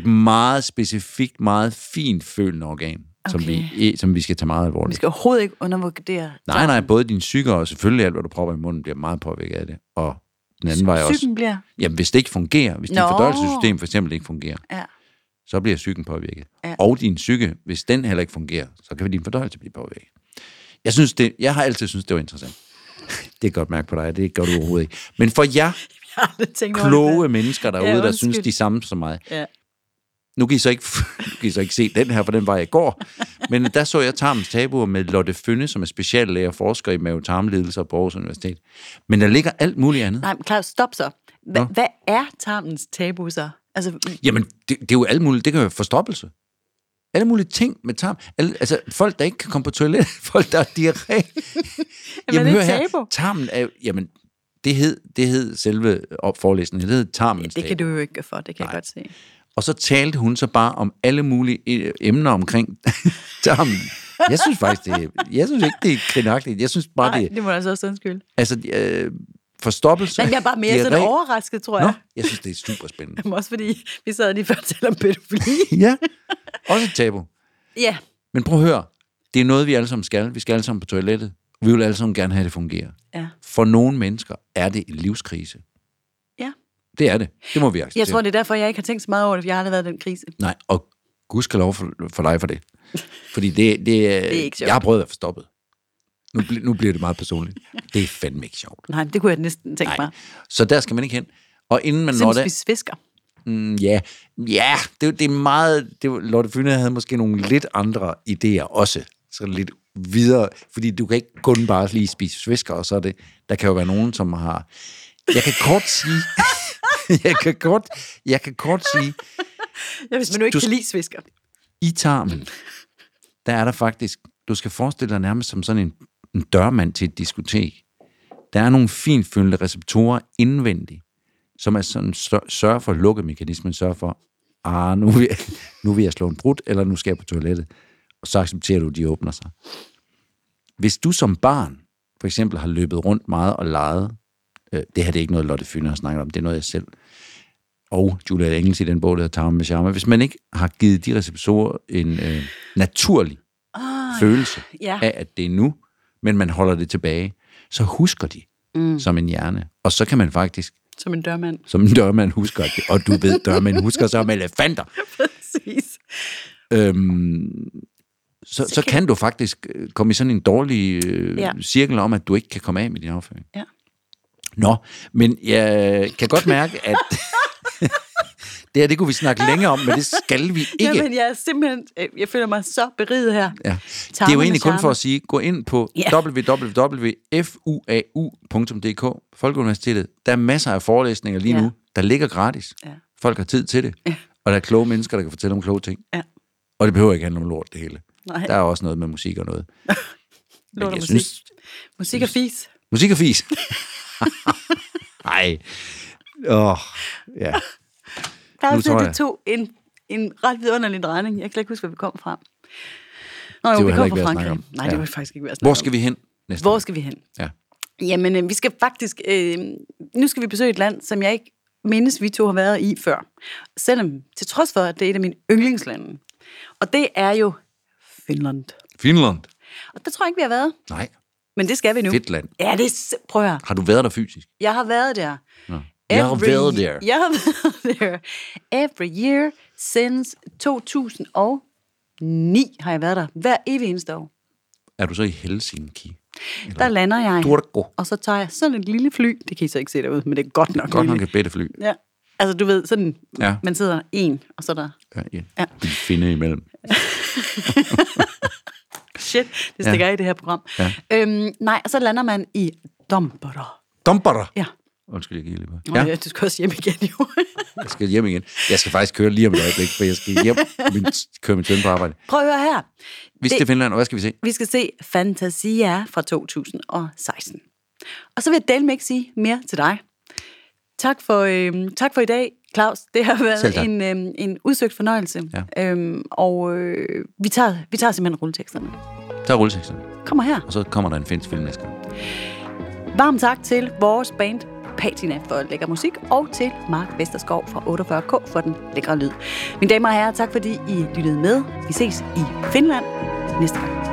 S1: Et meget specifikt, meget fint følende organ, okay. som,
S2: Okay.
S1: vi, som vi skal tage meget alvorligt.
S2: Vi skal overhovedet ikke undervurdere.
S1: Nej, nej, både din psyke og selvfølgelig alt, hvad du propper i munden, bliver meget påvirket af det. Og den anden vej også.
S2: Psyken bliver...
S1: Jamen, hvis det ikke fungerer, hvis dit
S2: Nå.
S1: fordøjelsessystem for eksempel ikke fungerer,
S2: Ja.
S1: så bliver psyken påvirket.
S2: Ja.
S1: Og din psyke, hvis den heller ikke fungerer, så kan din fordøjelse blive påvirket. Jeg, synes det, jeg har altid synes det var interessant. Det kan jeg godt mærke på dig, det gør du overhovedet ikke. Men for jer
S2: Jeg har aldrig tænkt over det
S1: kloge mennesker derude, ja, der
S2: undskyld.
S1: synes de samme som mig,
S2: der. Ja.
S1: nu kan I så ikke, nu kan I så ikke se den her, for den var jeg i går. Men der så jeg tarmens tabuer med Lotte Fønne, som er speciallæge og forsker i mavetarmlidelser på Aarhus Universitet. Men der ligger alt muligt andet.
S2: Nej, men Claus, stop så. Hva,
S1: Nå.
S2: hvad er tarmens tabu så? Altså,
S1: Jamen, det, det er jo alt muligt. Det kan jo være forstoppelse. Alle mulige ting med tarm. Alle, altså, folk, der ikke kan komme på toilet. Folk, der har diarré.
S2: er det
S1: hør
S2: et
S1: her.
S2: tabu?
S1: Tarmen er jo... Jamen, det hed, det hed selve op- forelæsningen. Det hed tarmens
S2: det
S1: tabu.
S2: kan du jo ikke gøre for, det kan Nej. jeg godt se.
S1: Og så talte hun så bare om alle mulige øh, emner omkring tarmen. Jeg synes faktisk, det er, jeg synes ikke, det er krinagtigt. Jeg synes bare,
S2: Nej,
S1: det er,
S2: det må jeg altså også undskylde.
S1: altså, øh, forstoppelse.
S2: Men jeg er bare mere sådan
S1: diarré.
S2: overrasket, tror jeg.
S1: Nå, jeg synes, det er super spændende.
S2: Også fordi vi sad lige før og talte om pædofili.
S1: ja, også et tabu.
S2: ja,
S1: Men prøv at høre, det er noget, vi alle sammen skal. Vi skal alle sammen på toilettet. Vi vil alle sammen gerne have, at det fungerer.
S2: ja.
S1: For nogle mennesker er det en livskrise.
S2: ja.
S1: Det er det. Det må vi acceptere.
S2: Jeg tror, det er derfor, jeg ikke har tænkt så meget over det, for jeg har aldrig været i den krise.
S1: Nej, og gud skal lov for, for dig for det. Fordi det, det, er
S2: ikke sjovt.
S1: Jeg har prøvet at være forstoppet. Nu, bl- nu bliver det meget personligt. Det er fandme ikke sjovt.
S2: Nej, det kunne jeg næsten tænke
S1: Nej.
S2: mig.
S1: Så der skal man ikke hen. Og inden man når
S2: Sådan
S1: det...
S2: spise fisker.
S1: Mm, ja, ja det, det er meget... Det, var- Lotte Fyne havde måske nogle lidt andre idéer også. Så lidt videre. Fordi du kan ikke kun bare lige spise svisker, og så er det... Der kan jo være nogen, som har... Jeg kan kort sige... jeg, kan kort, jeg kan kort sige,
S2: Ja, hvis man nu ikke
S1: Du-
S2: kan lide svisker.
S1: i tarmen, der er der faktisk, du skal forestille dig nærmest som sådan en, en dørmand til et diskotek. Der er nogle finfølende receptorer indvendigt, som er sådan, sør- sørger for at lukke mekanismen, sørger for, ah, nu vil, jeg, nu vil jeg slå en brud, eller nu skal jeg på toilettet. Og så accepterer du, at de åbner sig. Hvis du som barn, for eksempel, har løbet rundt meget og leget, øh, det her det er ikke noget, Lotte Fyne har snakket om, det er noget, jeg selv og Julia Engels i den bog, der hedder Tarmen med Charme, hvis man ikke har givet de receptorer en øh, naturlig oh, følelse
S2: ja.
S1: af, at det er nu, men man holder det tilbage, så husker de mm. som en hjerne. Og så kan man faktisk,
S2: Som en dørmand.
S1: som en dørmand husker, det, og du ved, dørmænd husker som elefanter,
S2: Præcis.
S1: øhm, så, så kan du faktisk øh, komme i sådan en dårlig øh,
S2: Ja.
S1: ja. cirkel om, at du ikke kan komme af med din afføring.
S2: Ja.
S1: Nå, men jeg kan godt mærke, at det her, det kunne vi snakke længere om, men det skal vi ikke.
S2: Jamen, jeg er simpelthen... øh, Jeg føler mig så beriget her.
S1: Ja. Det er
S2: Tarmen
S1: jo
S2: med
S1: egentlig kun
S2: charme.
S1: for at sige, gå ind på
S2: Ja.
S1: yeah. www.fuau.dk, Folkeuniversitetet. Der er masser af forelæsninger lige
S2: Ja.
S1: nu, der ligger gratis.
S2: Ja.
S1: Folk har tid til det.
S2: Ja.
S1: Og der er kloge mennesker, der kan fortælle om kloge ting.
S2: Ja.
S1: Og det behøver ikke handle om lort, det hele.
S2: Nej.
S1: Der er også noget med musik og noget. Men
S2: Lort og
S1: jeg
S2: musik.
S1: synes,
S2: Musik og fis.
S1: musik og fis. Nej. Åh, ja.
S2: Der er
S1: Nu
S2: også
S1: tror
S2: det,
S1: jeg.
S2: det tog en, en ret vidunderlig drejning. Jeg kan slet ikke huske, hvor vi kom fra. Nå, jo,
S1: var
S2: vi
S1: heller
S2: kom
S1: ikke, hvad
S2: fra
S1: jeg snakker
S2: Frankrig.
S1: om.
S2: Nej, det
S1: Ja.
S2: var faktisk ikke, hvad jeg
S1: Hvor
S2: snakkede
S1: skal vi hen næste
S2: Hvor
S1: gang?
S2: skal vi hen?
S1: Ja.
S2: Jamen, øh, vi skal faktisk... Øh, nu skal vi besøge et land, som jeg ikke mindes, vi to har været i før. Selvom, til trods for, at det er et af mine yndlingslande. Og det er jo Finland.
S1: Finland.
S2: Og der tror jeg ikke, vi har været.
S1: Nej,
S2: Men det skal vi nu.
S1: fedt land.
S2: Ja, det er... sim- Prøv at høre.
S1: Har du været der fysisk?
S2: Jeg har været der.
S1: Nå. Jeg har været der.
S2: Jeg har været der. Every year since 2009 har jeg været der. Hver evig eneste år.
S1: Er du så i Helsinki?
S2: Der lander jeg.
S1: Turku.
S2: Og så tager jeg sådan et lille fly. Det kan I så ikke se derude, men det er godt nok
S1: Godt
S2: lille.
S1: nok et bedte fly.
S2: Ja. Altså, du ved, sådan,
S1: Ja.
S2: man sidder en, og så er der,
S1: Ja, ja.
S2: Ja.
S1: De finde imellem.
S2: shit, det stikker ja. i det her program.
S1: Ja.
S2: Øhm, nej, og så lander man i Dombora.
S1: Dumpere.
S2: Ja.
S1: Undskyld, jeg gik lige på.
S2: ja.
S1: Ja,
S2: ja. Du skal også hjem igen, jo.
S1: jeg skal hjem igen. Jeg skal faktisk køre lige om et øjeblik, for jeg skal hjem min, køre min søn på arbejde.
S2: Prøv at høre her.
S1: Vi skal til Finland, og hvad skal vi se?
S2: Vi skal se Fantasia fra 2016. Og så vil jeg dele ikke sige mere til dig. Tak for, øhm, tak for i dag, Claus. Det har
S1: Selv
S2: været
S1: tak.
S2: en, øhm, en udsøgt fornøjelse.
S1: Ja.
S2: Øhm, og øh, vi, tager, vi tager simpelthen rulleteksterne.
S1: Tag rulleteksterne,
S2: Kommer her.
S1: og så kommer der en finsk film næste gang.
S2: Varm tak til vores band Patina for lækker musik, og til Mark Vesterskov fra 48K for den lækre lyd. Mine damer og herrer, tak fordi I lyttede med. Vi ses i Finland næste gang.